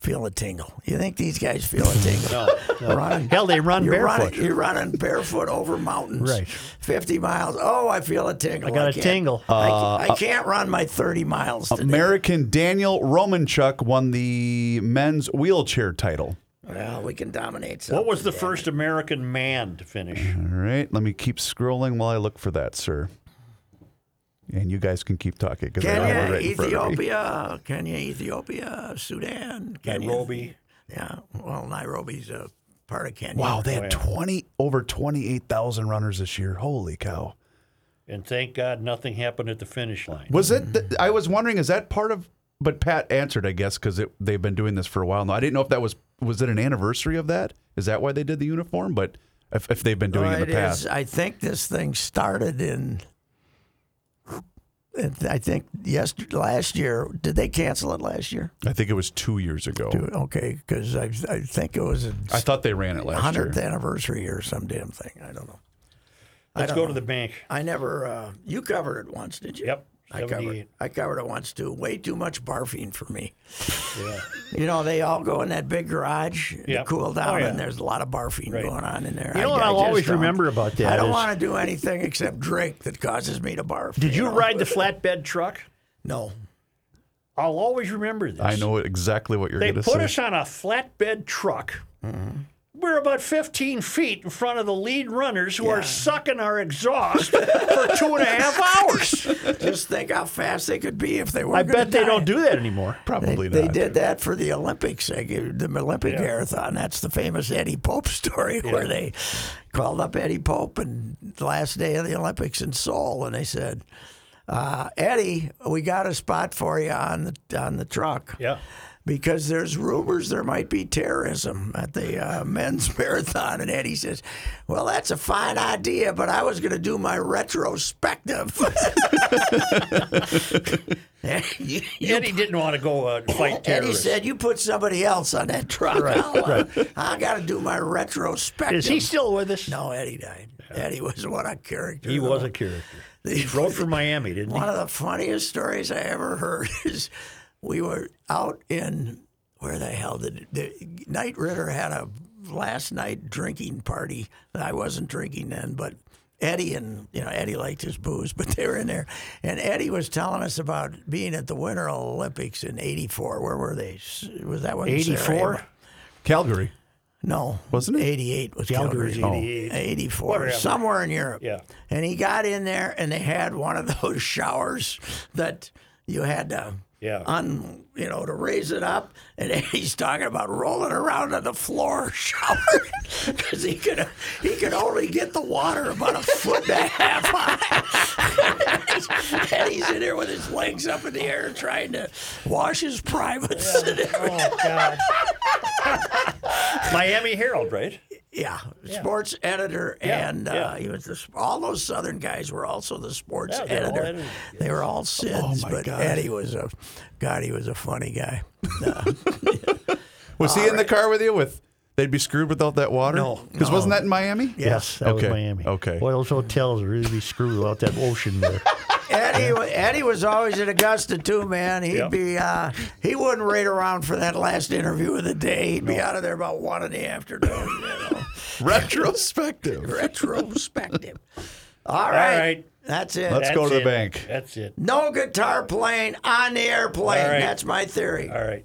[SPEAKER 2] feel a tingle. You think these guys feel a tingle? Running-
[SPEAKER 3] Hell, they run
[SPEAKER 2] you're
[SPEAKER 3] barefoot.
[SPEAKER 2] Running, you're running barefoot over mountains.
[SPEAKER 3] Right.
[SPEAKER 2] 50 miles. Oh, I feel a tingle.
[SPEAKER 3] I Uh, got
[SPEAKER 2] a
[SPEAKER 3] a tingle. uh,
[SPEAKER 2] I, can't- I can't run my 30 miles today.
[SPEAKER 1] American Daniel Romanchuk won the men's wheelchair title.
[SPEAKER 2] well, we can dominate something.
[SPEAKER 3] What was the first American man to finish?
[SPEAKER 1] All right, let me keep scrolling while I look for that, sir. And you guys can keep talking because I don't have it
[SPEAKER 2] Kenya,
[SPEAKER 1] right in front of me.
[SPEAKER 2] Ethiopia, Kenya, Ethiopia, Sudan, Kenya.
[SPEAKER 3] Nairobi.
[SPEAKER 2] Yeah. Well, Nairobi's a part of Kenya.
[SPEAKER 1] Wow, they had twenty over twenty-eight thousand runners this year. Holy cow!
[SPEAKER 3] And thank God nothing happened at the finish line.
[SPEAKER 1] Was it? th- I was wondering, is that part of? But Pat answered, I guess, because they've been doing this for a while now. I didn't know if that was was it an anniversary of that? Is that why they did the uniform? But if, if they've been doing
[SPEAKER 2] Well,
[SPEAKER 1] it in the
[SPEAKER 2] it
[SPEAKER 1] past,
[SPEAKER 2] is- I think this thing started in. I think yes, last year. Did they cancel it last year?
[SPEAKER 1] I think it was two years ago.
[SPEAKER 2] Okay, because I, I think it was
[SPEAKER 1] I thought they ran it
[SPEAKER 2] a
[SPEAKER 1] last year.
[SPEAKER 2] hundredth anniversary or some damn thing. I don't know.
[SPEAKER 3] Let's go to the bank.
[SPEAKER 2] I never. Uh, you covered it once, did you?
[SPEAKER 3] Yep.
[SPEAKER 2] I covered.
[SPEAKER 3] 78.
[SPEAKER 2] I covered it once too. Way too much barfing for me.
[SPEAKER 3] Yeah.
[SPEAKER 2] You know, they all go in that big garage to
[SPEAKER 3] Yep.
[SPEAKER 2] cool down,
[SPEAKER 3] Oh, yeah.
[SPEAKER 2] and there's a lot of barfing going on in there.
[SPEAKER 3] You know what
[SPEAKER 2] I
[SPEAKER 3] I'll
[SPEAKER 2] just
[SPEAKER 3] always
[SPEAKER 2] don't-
[SPEAKER 3] remember about that
[SPEAKER 2] I don't
[SPEAKER 3] is-
[SPEAKER 2] want to do anything except drink that causes me to barf.
[SPEAKER 3] Did you
[SPEAKER 2] know?
[SPEAKER 3] ride the flatbed truck?
[SPEAKER 2] No.
[SPEAKER 3] I'll always remember this.
[SPEAKER 1] I know exactly what you're
[SPEAKER 3] They
[SPEAKER 1] going to
[SPEAKER 3] put
[SPEAKER 1] say.
[SPEAKER 3] us on a flatbed truck. We're about 15 feet in front of the lead runners who are sucking our exhaust for two and a half hours.
[SPEAKER 2] Just think how fast they could be if they were.
[SPEAKER 3] I bet they don't do that anymore.
[SPEAKER 1] Probably
[SPEAKER 2] They
[SPEAKER 1] not.
[SPEAKER 2] did that for the Olympics. They gave the Olympic marathon. That's the famous Eddie Pope story where they called up Eddie Pope and the last day of the Olympics in Seoul, and they said, uh, "Eddie, we got a spot for you on the on the truck."
[SPEAKER 3] Yeah.
[SPEAKER 2] Because there's rumors there might be terrorism at the uh, men's marathon, and Eddie says, "Well, that's a fine idea, but I was going to do my retrospective." You- you
[SPEAKER 3] Eddie didn't want to go uh, fight
[SPEAKER 2] Eddie
[SPEAKER 3] terrorists.
[SPEAKER 2] said, "You put somebody else on that truck. I'll, uh, I got to do my retrospective."
[SPEAKER 3] Is he still with us?
[SPEAKER 2] No, Eddie died. Eddie was one of character.
[SPEAKER 3] He was a character.
[SPEAKER 2] He
[SPEAKER 3] Rode for Miami, didn't he?
[SPEAKER 2] One of the funniest stories I ever heard is we were out in where the hell did the Knight Ritter had a last night drinking party that I wasn't drinking then, but Eddie and you know Eddie liked his booze, but they were in there, and Eddie was telling us about being at the Winter Olympics in '84. Where were they? S- Was that one?
[SPEAKER 3] 84?
[SPEAKER 1] Calgary.
[SPEAKER 2] No,
[SPEAKER 1] Wasn't it?
[SPEAKER 2] '88 was
[SPEAKER 3] Calgary's
[SPEAKER 2] Calgary's
[SPEAKER 3] 88.
[SPEAKER 2] 84,
[SPEAKER 3] Oh. Whatever.
[SPEAKER 2] somewhere in Europe.
[SPEAKER 3] Yeah.
[SPEAKER 2] And he got in there, and they had one of those showers that you had to,
[SPEAKER 3] Yeah.
[SPEAKER 2] un, you know, to raise it up. And he's talking about rolling around on the floor shower because he could he could only get the water about a foot and a half high. and he's in there with his legs up in the air trying to wash his privates. and everything.
[SPEAKER 3] Oh, God. Miami Herald, right?
[SPEAKER 2] Yeah, sports editor,
[SPEAKER 3] Yeah,
[SPEAKER 2] and uh,
[SPEAKER 3] yeah.
[SPEAKER 2] he was the, all those Southern guys were also the sports
[SPEAKER 3] Yeah, they were all
[SPEAKER 2] editor.
[SPEAKER 3] editors,
[SPEAKER 2] They were all Sids, but Eddie was a God. He was a funny guy.
[SPEAKER 1] Was he in the car with you? With they'd be screwed without that water.
[SPEAKER 3] No,
[SPEAKER 1] because wasn't that in Miami?
[SPEAKER 3] Yes, that
[SPEAKER 1] Okay,
[SPEAKER 3] was Miami.
[SPEAKER 1] okay.
[SPEAKER 3] Boy, those hotels really screw out that ocean there.
[SPEAKER 2] Eddie, wa- Eddie was always in Augusta too, man. He'd
[SPEAKER 3] Yep.
[SPEAKER 2] be uh, he wouldn't wait around for that last interview of the day. He'd be out of there about one in the afternoon. You know,
[SPEAKER 1] Retrospective.
[SPEAKER 2] retrospective. all
[SPEAKER 3] All
[SPEAKER 2] right,
[SPEAKER 3] right.
[SPEAKER 2] that's it.
[SPEAKER 1] Let's go
[SPEAKER 3] That's
[SPEAKER 1] to the
[SPEAKER 3] it.
[SPEAKER 1] bank.
[SPEAKER 3] That's it.
[SPEAKER 2] no guitar playing on the airplane.
[SPEAKER 3] All right.
[SPEAKER 2] That's my theory.
[SPEAKER 3] All right.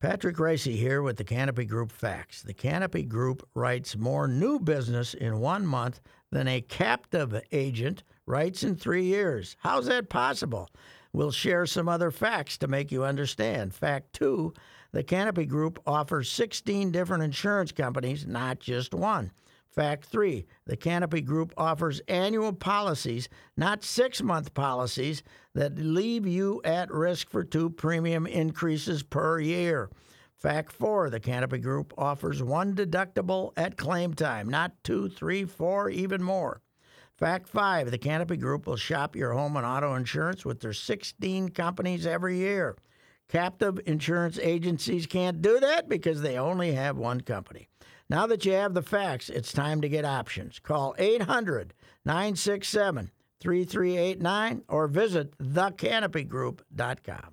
[SPEAKER 2] Patrick Racy here with the Canopy Group facts. The Canopy Group writes more new business in one month than a captive agent writes in three years. How's that possible? We'll share some other facts to make you understand. Fact two the Canopy Group offers 16 different insurance companies, not just one. Fact three the Canopy Group offers annual policies, not six month policies, that leave you at risk for two premium increases per year. Fact four the Canopy Group offers one deductible at claim time, not two, three, four, even more. Fact five the Canopy Group will shop your home and auto insurance with their 16 companies every year. Captive insurance agencies can't do that because they only have one company. Now that you have the facts, it's time to get options. Call 800 967 3389 or visit thecanopygroup.com.